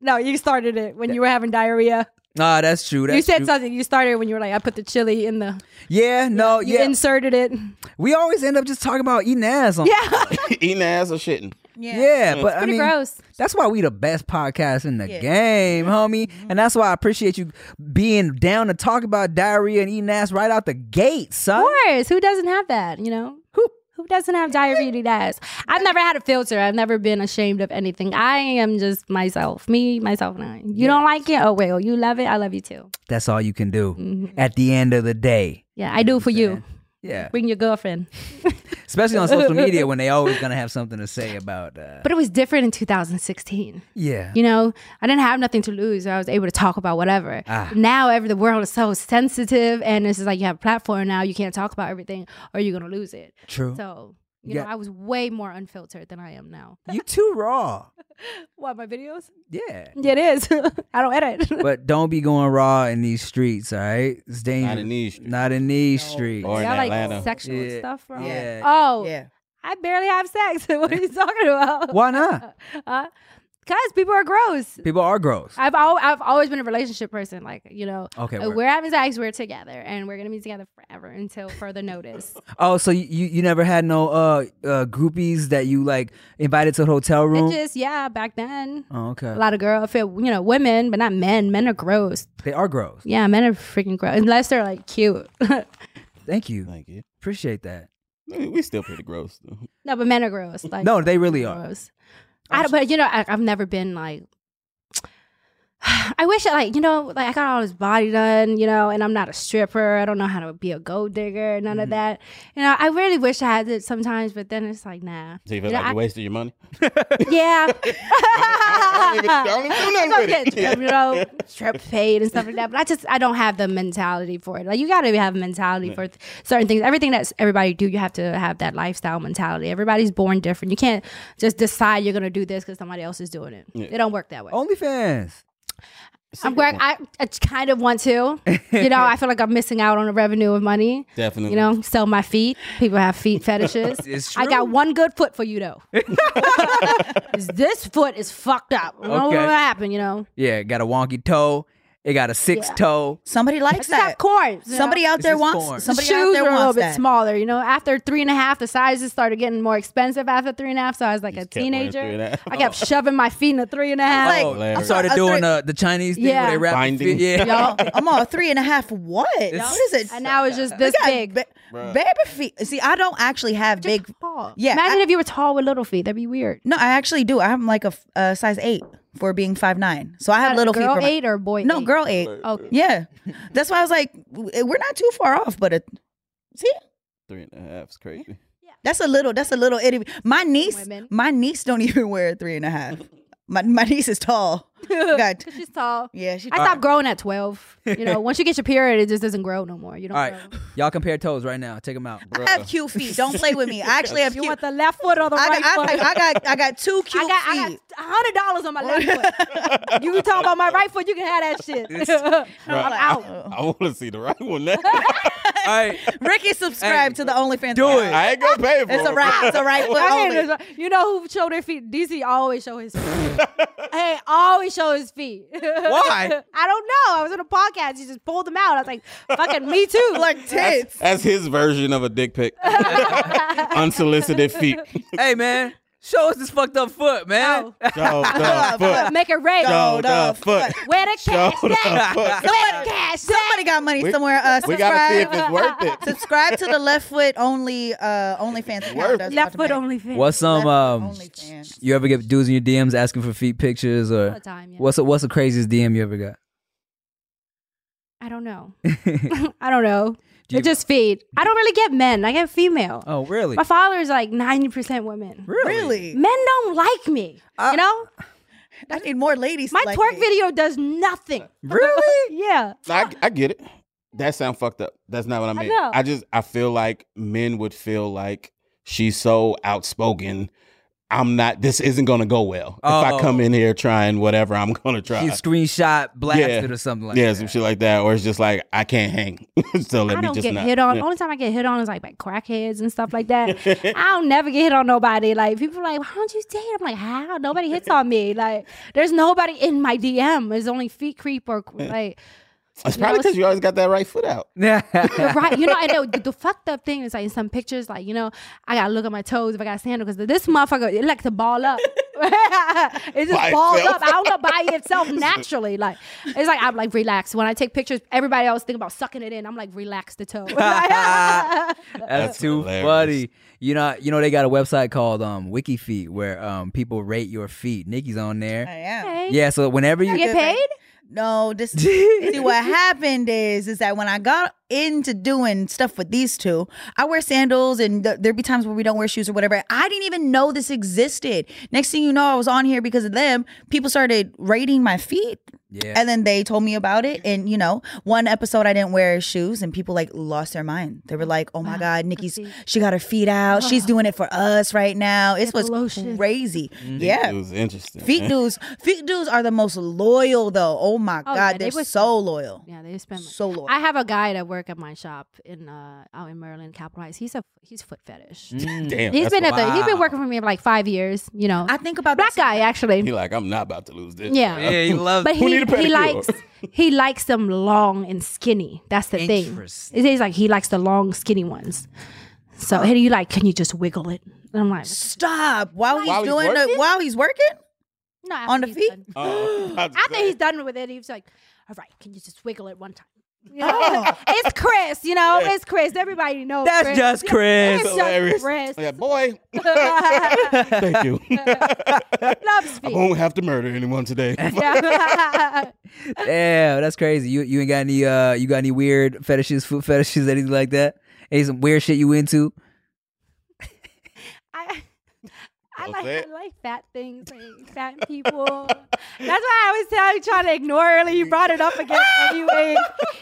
No, you started it when you were having diarrhea.
Nah, that's true. That's
you said
true.
something. You started when you were like, I put the chili in the.
Yeah, no,
You
yeah.
inserted it.
we always end up just talking about eating ass on.
Yeah, *laughs*
Eating ass or shitting?
Yeah, but I
pretty
mean,
gross.
that's why we the best podcast in the
Yeah.
game, homie. And that's why I appreciate you being down to talk about diarrhea and eating ass right out the gate, son.
Of course, who doesn't have that? You know who who doesn't have diarrhea to ass? I've never had a filter. I've never been ashamed of anything. I am just myself, me, myself, and I. You don't like it? Oh well, you love it. I love you too.
That's all you can do at the end of the day.
Yeah, I do it for you.
Yeah,
Bring your girlfriend.
*laughs* especially on social media when they always gonna have something to say about. Uh,
But it was different in 2016.
yeah,
You know, I didn't have nothing to lose. I was able to talk about whatever.
Ah.
Now, every the world is so sensitive, and it's just like you have a platform now. You can't talk about everything, or you're gonna lose it.
true.
So, you
Yeah.
know, I was way more unfiltered than I am now.
you too raw.
What my videos?
Yeah,
Yeah, it is. *laughs* I don't edit.
but don't be going raw in these streets. All right, it's dangerous.
Not in these streets.
Not in these
No.
streets.
*laughs*
Or in
Y'all
Atlanta.
like sexual
Yeah.
stuff, bro.
Yeah.
*laughs* Oh,
Yeah.
I barely have sex. *laughs* what are
*laughs*
you talking about? *laughs*
Why not?
Because people are gross.
People are gross.
I've al- I've always been a relationship person. Like you know,
Okay,
uh,
word.
we're having sex, we're together, and we're gonna be together forever until further
*laughs*
notice.
Oh, so you you you never had no uh, uh groupies that you like invited to the hotel room?
It just yeah, back then.
oh, okay.
A lot of girl, I feel you know, women, but not men. Men are gross.
They are gross.
Yeah, men are freaking gross unless they're like cute. *laughs* no,
Thank you.
Thank you.
Appreciate that.
We we still pretty gross though.
but men are gross. Like uh,
No, they really are.
gross. I don't, but you know, I, I've never been like. *sighs* I wish, I, like you know, like I got all this body done, you know, and I'm not a stripper. I don't know how to be a gold digger, none
Mm-hmm.
of that. You know, I really wish I had it sometimes, but then it's like, nah.
So you feel
You know,
like
I-
you wasted your money?
Yeah.
*laughs* I don't even- I don't
*laughs*
even do nothing
Don't
with
get,
it. Yeah.
You
*laughs*
know, strip paid and stuff like that. But I just I don't have the mentality for it. Like you got to have mentality for th- certain things. Everything that's everybody do, you have to have that lifestyle mentality. Everybody's born different. You can't just decide you're gonna do this because somebody else is doing it. It don't work that way.
OnlyFans.
I'm glad I, I kind of want to.
*laughs*
You know, I feel like I'm missing out on the revenue of money.
Definitely.
You know, sell my feet. People
*laughs*
have feet fetishes.
It's
I got
true.
one good foot for you though. *laughs* this foot is fucked up. I don't know what
Okay.
happened, you know.
Yeah, got a wonky toe. It got a six
Yeah.
toe.
Somebody likes
It's got
that.
corns. you know?
Somebody out
This
there
is
wants.
corn.
The
Somebody out
shoes
there
were a
wants
little bit
that.
smaller, you know. After three and a half, the sizes started getting more expensive after three and a half. So I was like a
kept wearing three and a
teenager.
half.
I kept shoving my feet in the three and a half.
Like,
Hilarious.
I Oh, started
a
doing
three-
uh, the Chinese thing where
Yeah.
they wrap the
Binding.
feet- Yeah.
*laughs* Y'all, I'm on a three and a half. What? What is it?
*laughs*
and now it's just this
We got
big.
ba-
Bruh.
baby feet. See, I don't actually have
Just
big.
tall.
Yeah,
Imagine
I-
if you were tall with little feet. That'd be weird.
No, I actually do. I'm like a, f- a size eight for being five nine. So I have little feet.
girl
For my-
eight or boy
no,
eight? Oh,
girl eight.
*laughs* Okay.
Yeah, that's why I was like, w- eh, we're not too far off. But a, see,
Three and a half is crazy.
that's a little. That's a little itty. My niece.
Women.
My niece don't even wear a three and a half. My my niece is
*laughs*
tall. God.
She's tall.
Yeah, she.
I stopped growing at 12. You *laughs* know, once you get your period, it just doesn't grow no more. You don't
*laughs* All right,
grow.
y'all compare toes right now. Take them out.
I have cute feet. Don't play with
*laughs*
me. I actually have
You
cute.
*laughs* want the left foot or the
I
right
got, I,
foot?
got- I got I got two cute
*laughs* I got, I got
feet.
$100 on my left *laughs* foot. You can talk about my right foot, you can have that *laughs* shit. I'm out.
Oh.
*laughs*
I want to see the right one
*laughs*
now.
All right,
*laughs*
Ricky subscribed to
Hey,
the OnlyFans.
do
account.
*laughs*
it.
I ain't gonna pay for
It's
it.
a wrap. It's a
*laughs*
right foot
I mean,
only.
it's- you know who show their feet? DC always show his feet. *laughs* hey, always show his feet. *laughs*
Why?
I don't know. I was on a podcast. He just pulled them out. I was like, fucking me *laughs* too.
Like tits.
That's his version of a dick
*laughs*
pic. Unsolicited *laughs* feet.
hey man, show us this fucked up foot, man.
*laughs* No.
Show the foot.
make it rain.
Show
the
the foot.
Where the
Show
cash
the
at?
foot.
Where the cash
Somebody got money
We-
somewhere. Uh,
We gotta see if
subscribe.
it's worth it.
Subscribe to the left foot only uh OnlyFans. account.
Worth
That's
it.
Left
what
foot
I meant.
only fit.
What's
Left
some
foot
um?
OnlyFans.
You ever get dudes in your DMs asking for feet pictures or
All the time, yeah.
what's the, what's the craziest DM you ever got?
I don't know. I don't know.
Do you-
It just feed. I don't really get men. I get female.
Oh really?
My father is like ninety percent women.
Really?
Men don't like me.
I-
you know,
I need more ladies.
my
like
twerk
me.
video does nothing.
Really?
*laughs* yeah.
I, I get it. That sound fucked up. That's not what I meant.
know.
I, just I feel like men would feel like she's so outspoken. I'm not. This isn't gonna go well if
Oh.
I come in here trying whatever I'm gonna try.
You screenshot blasted
Yeah.
or something like
yeah,
that. *laughs*
some shit like that, or it's just like I can't hang. *laughs* so let
I
me
don't
just
get
not.
hit on.
Yeah.
Only time I get hit on is like by crackheads and stuff like that. I don't never get hit on nobody. Like people are like, why don't you date? I'm like, how? Nobody hits on me. Like there's nobody in my DM. It's only feet creep or like
It's probably because you always got that right foot out.
You're right. You know, I know the, the fucked up thing is like in some pictures, like you know, I gotta look at my toes if I got sandals because this motherfucker it like to ball up. *laughs* it's just
By
balls
itself.
up. I don't know by itself naturally. Like it's like I'm like relax. When I take pictures, everybody else think about sucking it in. I'm like relax the toe.
That's
That's
too
hilarious.
funny. You know, you know they got a website called um WikiFeet where um people rate your feet. Nikki's on
I
there.
am.
okay.
Yeah, so whenever
You
you
get paid?
No,
*laughs*
this see what happened is is that when I got into doing stuff with these two, I wear sandals and th- there'd be times where we don't wear shoes or whatever. I didn't even know this existed. Next thing you know, I was on here because of them. People started rating my feet.
Yeah.
And then they told me about it. And you know, one episode I didn't wear shoes and people like lost their mind. They were like, Oh my God, Nikki's she got her feet out.
*laughs*
She's doing it for us right now. It was
lotion.
crazy. Yeah.
It was interesting.
Feet
man.
dudes, feet dudes are the most loyal though. Oh my
Oh,
god,
yeah,
they're
they would-
so loyal.
Yeah, they spend money.
So loyal.
I have a guy that work at my shop in uh out in Maryland, Capitol Heights. He's a he's foot fetish.
Mm.
Damn,
He's
Mm. that's
been
what-
at the he's been
Wow.
working for me for like five years, you know.
I think about
Black
that.
guy actually.
He like I'm not about to lose this.
Yeah.
*laughs* yeah, you
*laughs*
love
But
Who
he,
need a
he
pedicure?
likes he likes them long and skinny. That's the thing.
Interesting.
He's like he likes the long skinny ones. So and he like, can you just wiggle it? And I'm like,
Stop while he's
While he's
doing the
working?
while he's working.
no, after
On the
he's
feet?
done.
*gasps*
Oh, I was about to
After
say.
he's done with it, he's like, all right, can you just wiggle it one time? *laughs* You know? it's Chris, you know, it's Chris. Everybody knows.
That's
Chris.
just
It's
Chris.
just
hilarious. Oh,
Chris.
Yeah, boy. *laughs* Thank you.
*laughs* Loves
*laughs* I
feet.
won't have to murder anyone
*laughs*
today.
Yeah.
*laughs*
*laughs*
yeah, that's crazy. You you ain't got any uh you got any weird fetishes, foot fetishes, *laughs* anything like that? Any some weird shit you into?
I *laughs* I
Well
like, I
said.
like fat things, like fat people. That's why I always tell you trying to ignore early. You brought it up again
*laughs*
anyway.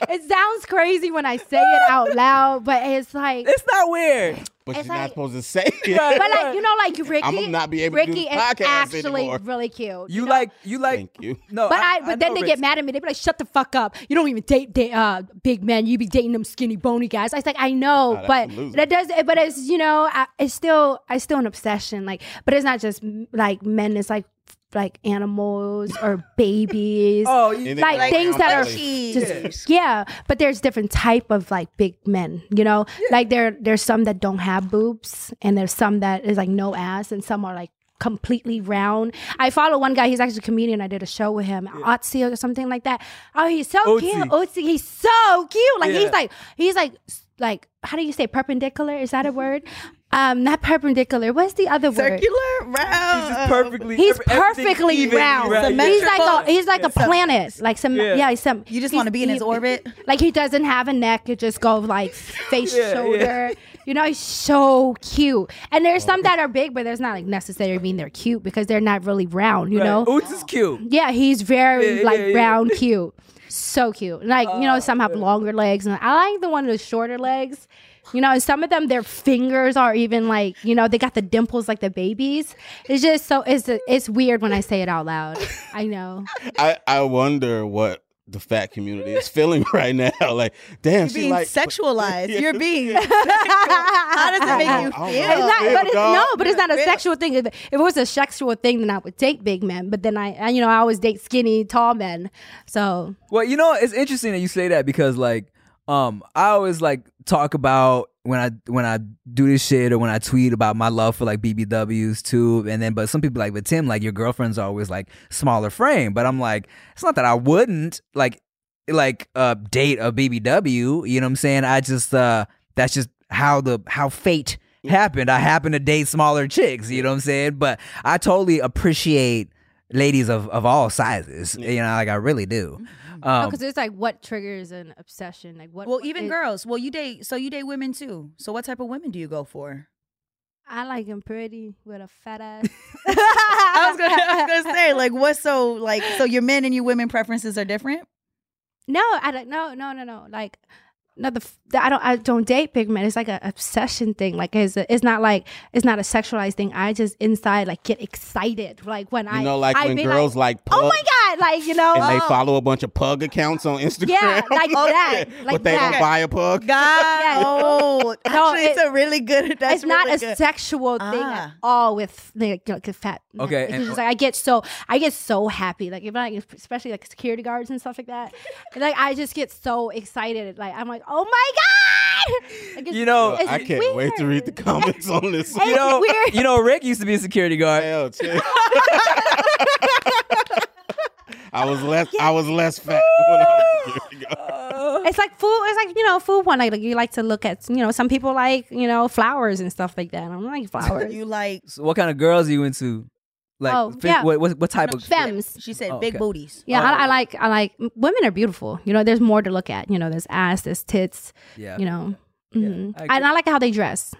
It sounds crazy when I say it out loud, but it's like
It's not weird.
but
It's
you're not
like-
supposed to say it.
*laughs* But like you know, like Ricky,
I'ma not be able to do
Ricky
this
is
podcast
actually
anymore.
really cute.
You
know?
like you like
Thank you.
no.
But I, but then
know
they
Rick's-
get mad at me. They be like, "Shut the fuck up! You don't even date, date uh, big men. You be dating them skinny, bony guys." I was like, "I know,
Nah, that's
but
a loser.
that does. But it's you know, I, it's still, it's still an obsession. Like, but it's not just m- like men. It's like like animals or babies.
*laughs* Oh, you,
Anything
Like, things
I'm
that are-
really-
Just,
Yeah, but there's different type of like big men, you know. Like there, there's some that don't have boobs, and there's some that is like no ass, and some are like completely round. I follow one guy; he's actually a comedian. I did a show with him, Otzi or something like that. Oh, he's so
Otzi.
cute, Otzi. He's so cute. Like
Yeah.
he's like he's like s- like how do you say perpendicular? Is that a word? Um, not perpendicular. What's the other word?
circular round.
*laughs*
he's just perfectly.
He's
every- everything
perfectly
evenly
round.
round, yeah.
He's like a
Symmetrical.
he's like a planet, like some
Yeah.
yeah, he's some.
You just
he's-
wanna be in his
he-
orbit?
Like he doesn't have a neck; it just goes like face,
Yeah, yeah.
shoulder. You know, he's so cute. And there's some that are big, but there's not like necessarily mean they're cute because they're not really round. You
Right.
know,
Oots is cute.
yeah, he's very
Yeah,
like
yeah, Oh, yeah. *laughs*
round, cute, so cute. Like you know, some have longer legs, and I like the one with shorter legs. You know, and some of them, their fingers are even like you know they got the dimples like the babies. It's just so it's it's weird when I say it out loud. I know.
I, I wonder what the fat community is feeling *laughs* right now. Like, damn,
You're
she
being
like *laughs*
sexualized.
Yeah.
You're being. *laughs* How does it
I
make
don't- I don't
you
know.
It's
feel?
not, but it's,
dog.
no, but it's not a sexual thing. If if it was a sexual thing, then I would date big men. But then I, I you know, I always date skinny, tall men. So
Well, you know, it's interesting that you say that because like um I always like talk about when I when I do this shit or when I tweet about my love for like BBWs too and then but some people like but Tim like your girlfriend's always like smaller frame but I'm like it's not that I wouldn't like like uh date a BBW you know what I'm saying I just uh that's just how the how fate happened I happen to date smaller chicks you know what I'm saying but I totally appreciate ladies of of all sizes you know like I really do um,
because it's like what triggers an obsession, like what.
Well,
what
even
is-
girls. Well, you date. So you date women too. So what type of women do you go
*laughs*
for?
I like him pretty with a fat ass.
*laughs* I was gonna, I was gonna say like what's so like so your men and your women preferences are different.
*laughs* No, I don't. No, no, no, no. Like, no. The, f- the I don't. I don't date big men. It's like an obsession thing. Like, it's a, it's not like it's not a sexualized thing. I just inside like get excited. Like when I
You know, like
I
when
be
girls like,
oh
pug
my god, like you know,
and they
oh,
follow a bunch of pug accounts on Instagram.
yeah,
*laughs*
like that, like
but they
that.
don't buy a pug.
God, oh,
No,
actually, it's
it-
a really good. *laughs* That's
it's not
really
a
good.
sexual thing at
Ah.
all with like, like the fat. men.
Okay,
it's
and-
just like I get so I get so happy like if I especially like security guards and stuff
*laughs*
like that. like I just get so excited. Like I'm like oh my god. *laughs* Like, it's-
You know,
it's
I can't wait to read the
weird.
comments on this.
you know,
*laughs* weird.
you know, Rick used to be a security guard. *laughs*
*laughs*
Hell, chill. I was less. I was less fat. When I was a security guard.
Uh,
It's like food. It's like you know, food one. Like, you like to look at. You know, some people like you know flowers and stuff like that. I don't like
*laughs*
flowers.
You like
So what kind of girls are you into? Like,
Oh,
fi-
yeah.
what, what what type of?
Femmes.
she said
Oh,
big
okay.
booties.
Yeah, I, I
Oh.
like. I like. Women are beautiful. You know, there's more to look at. You know, there's ass, there's tits.
Yeah,
You know,
Yeah,
Mhm.
I
and I like how they dress.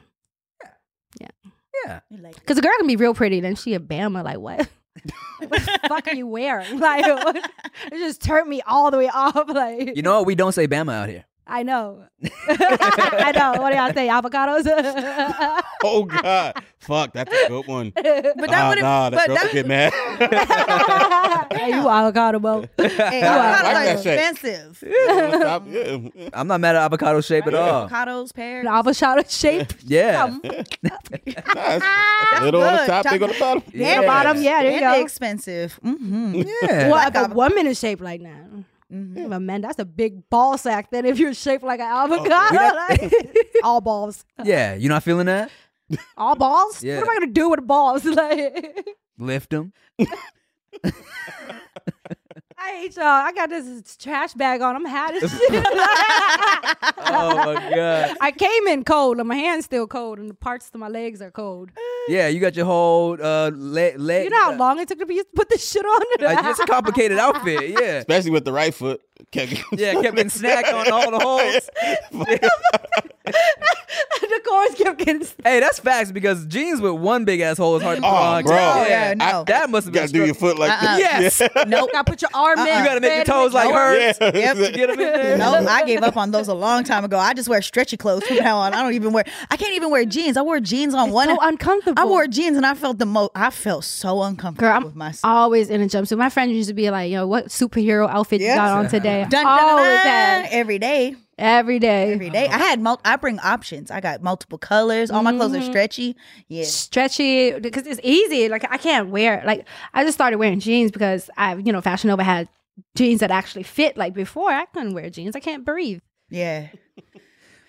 yeah.
You like
Cause a girl can be real pretty, then she a bama. Like what? *laughs* what the fuck are you wearing? *laughs* Like what- it just turned me all the way off. *laughs* Like
You know what? We don't say Bama out here.
I know. *laughs* I know. What do y'all say? *laughs* Avocados.
Oh God, fuck, that's a good one. But
But *laughs* that wouldn't.
nah, that
but
girl
that-
would get mad.
*laughs*
*laughs*
hey, you avocado boy.
Hey,
I
avocados
like
are
that shit.
expensive.
Stop, yeah.
I'm not mad at avocado shape at all.
Avocados, pears.
An avocado shape.
Yeah,
Nah, it's little on the
good.
top, big on
*laughs*
the bottom.
Yeah.
The bottom, yeah, there you
and
go.
they're expensive.
*laughs*
hmm
yeah.
well,
Black
if a
avocado.
woman is shaped like that, if a man, that's a big ball sack. Then if you're shaped like an avocado, like, *laughs* all balls,
yeah. You not feeling that?
all balls.
Yeah.
What am I gonna do with balls? *laughs* Like,
Lift them.
I hate y'all. I got this trash bag on. I'm hot
*laughs*
as shit.
Oh my god.
I came in cold, and my hands still cold, and the parts of my legs are cold.
Yeah, you got your whole uh leg. leg
You know how long it took to be- put this shit on? *laughs*
Like, uh, it's a complicated outfit.
*laughs*
Yeah.
Especially with the right foot. Kept- *laughs*
Yeah, kept getting snagged on all the holes.
the chorus give fucking.
Hey, that's facts because jeans with one big ass hole is hard to
Oh,
put on.
bro.
Yeah, no.
that must
You
have been.
gotta do your
struggle.
foot like *laughs*
Uh-uh.
Yes.
Yeah.
Nope.
Gotta put your arm in.
Uh-uh. You gotta make your
bend,
toes like
no,
her.
Yep.
*laughs* Get 'em in there.
No, I gave up on those a long time ago. I just wear stretchy clothes from now on. I don't even wear. I can't even wear jeans. I wore jeans on one.
so uncomfortable.
I wore jeans and I felt the most. I felt so uncomfortable
Girl, I'm
with myself.
always in a jumpsuit. My friends used to be like, "Yo, what superhero outfit
Yeah.
you got on today?"
Dun, dun, dun,
always
dun.
that
every day,
every day.
every day. I had. Mul- I bring options. I got multiple colors. All my clothes
Mm-hmm.
are stretchy. Yeah.
stretchy because it's easy. Like I can't wear like I just started wearing jeans because I you know Fashion Nova had jeans that actually fit. Like before, I couldn't wear jeans. I can't breathe.
Yeah.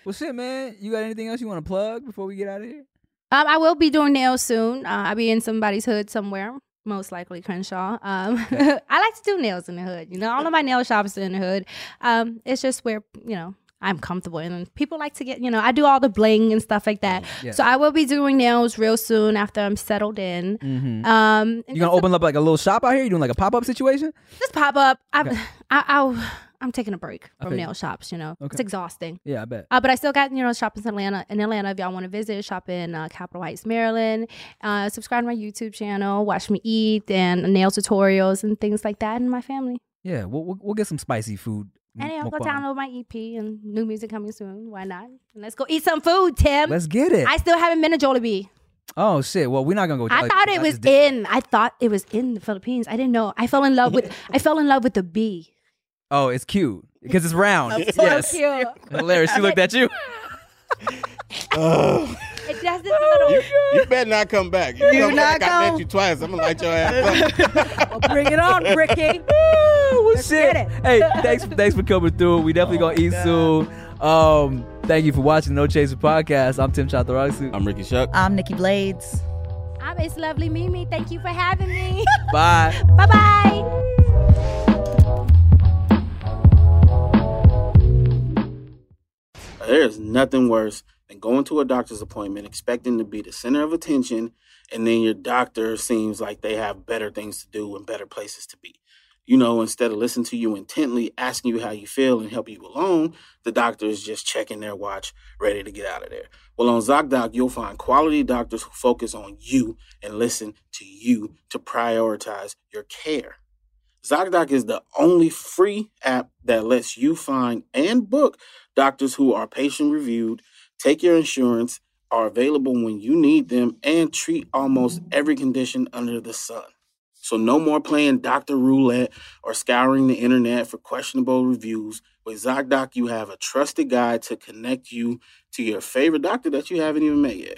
Well, shit, man. You got anything else you want to plug before we get out of here?
Um, I will be doing nails soon. Uh, I'll be in somebody's hood somewhere, most likely Crenshaw. Um, *laughs* I like to do nails in the hood. You know, all of my nail shops are in the hood. Um, it's just where you know I'm comfortable, and then people like to get you know I do all the bling and stuff like that.
Mm-hmm. yeah.
So I will be doing nails real soon after I'm settled in.
Mm-hmm.
Um, and
You gonna open up like a little shop out here? You doing like a pop up situation?
just pop up. I'm, *sighs* I, I, I'm taking a break
Okay.
from nail shops. You know,
Okay.
it's exhausting.
Yeah, I bet.
Uh, but I still got you know shops in Atlanta. In Atlanta, if y'all want to visit, shop in uh, Capitol Heights, Maryland. Uh, subscribe to my YouTube channel, watch me eat and nail tutorials and things like that, and my family.
Yeah, we'll we'll, we'll get some spicy food.
And yeah, go
mukbang.
download my EP and new music coming soon. Why not? And let's go eat some food, Tim.
Let's get it.
I still haven't been to Jollibee.
oh shit. Well, we're not gonna go.
I
like,
thought it
I
was
just did-
in. I thought it was in the Philippines. I didn't know. I fell in love
*laughs*
with. I fell in love with the bee.
Oh, it's cute because it's round.
Of course.
yes.
Cute.
Hilarious. She looked at
*laughs*
you.
Ugh.
It just this little.
You better not come back. You,
You
come
not
back, I
come?
met you twice. I'm gonna light your ass
*laughs*
up.
Bring it on, Ricky.
Woo, well, shit.
get it.
Hey, thanks thanks for coming through. We definitely gonna eat soon. Um, thank you for watching No Chaser podcast. I'm Tim Chaturasi.
I'm Ricky Shuck.
I'm Nikki Blades.
I'm It's Lovely Mimi. Thank you for having me. *laughs*
Bye.
bye bye.
There's nothing worse than going to a doctor's appointment expecting to be the center of attention, and then your doctor seems like they have better things to do and better places to be. You know, instead of listening to you intently, asking you how you feel and help you along, the doctor is just checking their watch, ready to get out of there. Well, on ZocDoc, you'll find quality doctors who focus on you and listen to you to prioritize your care. ZocDoc is the only free app that lets you find and book doctors who are patient reviewed, take your insurance, are available when you need them, and treat almost every condition under the sun. So, no more playing doctor roulette or scouring the internet for questionable reviews. With ZocDoc, you have a trusted guide to connect you to your favorite doctor that you haven't even met yet.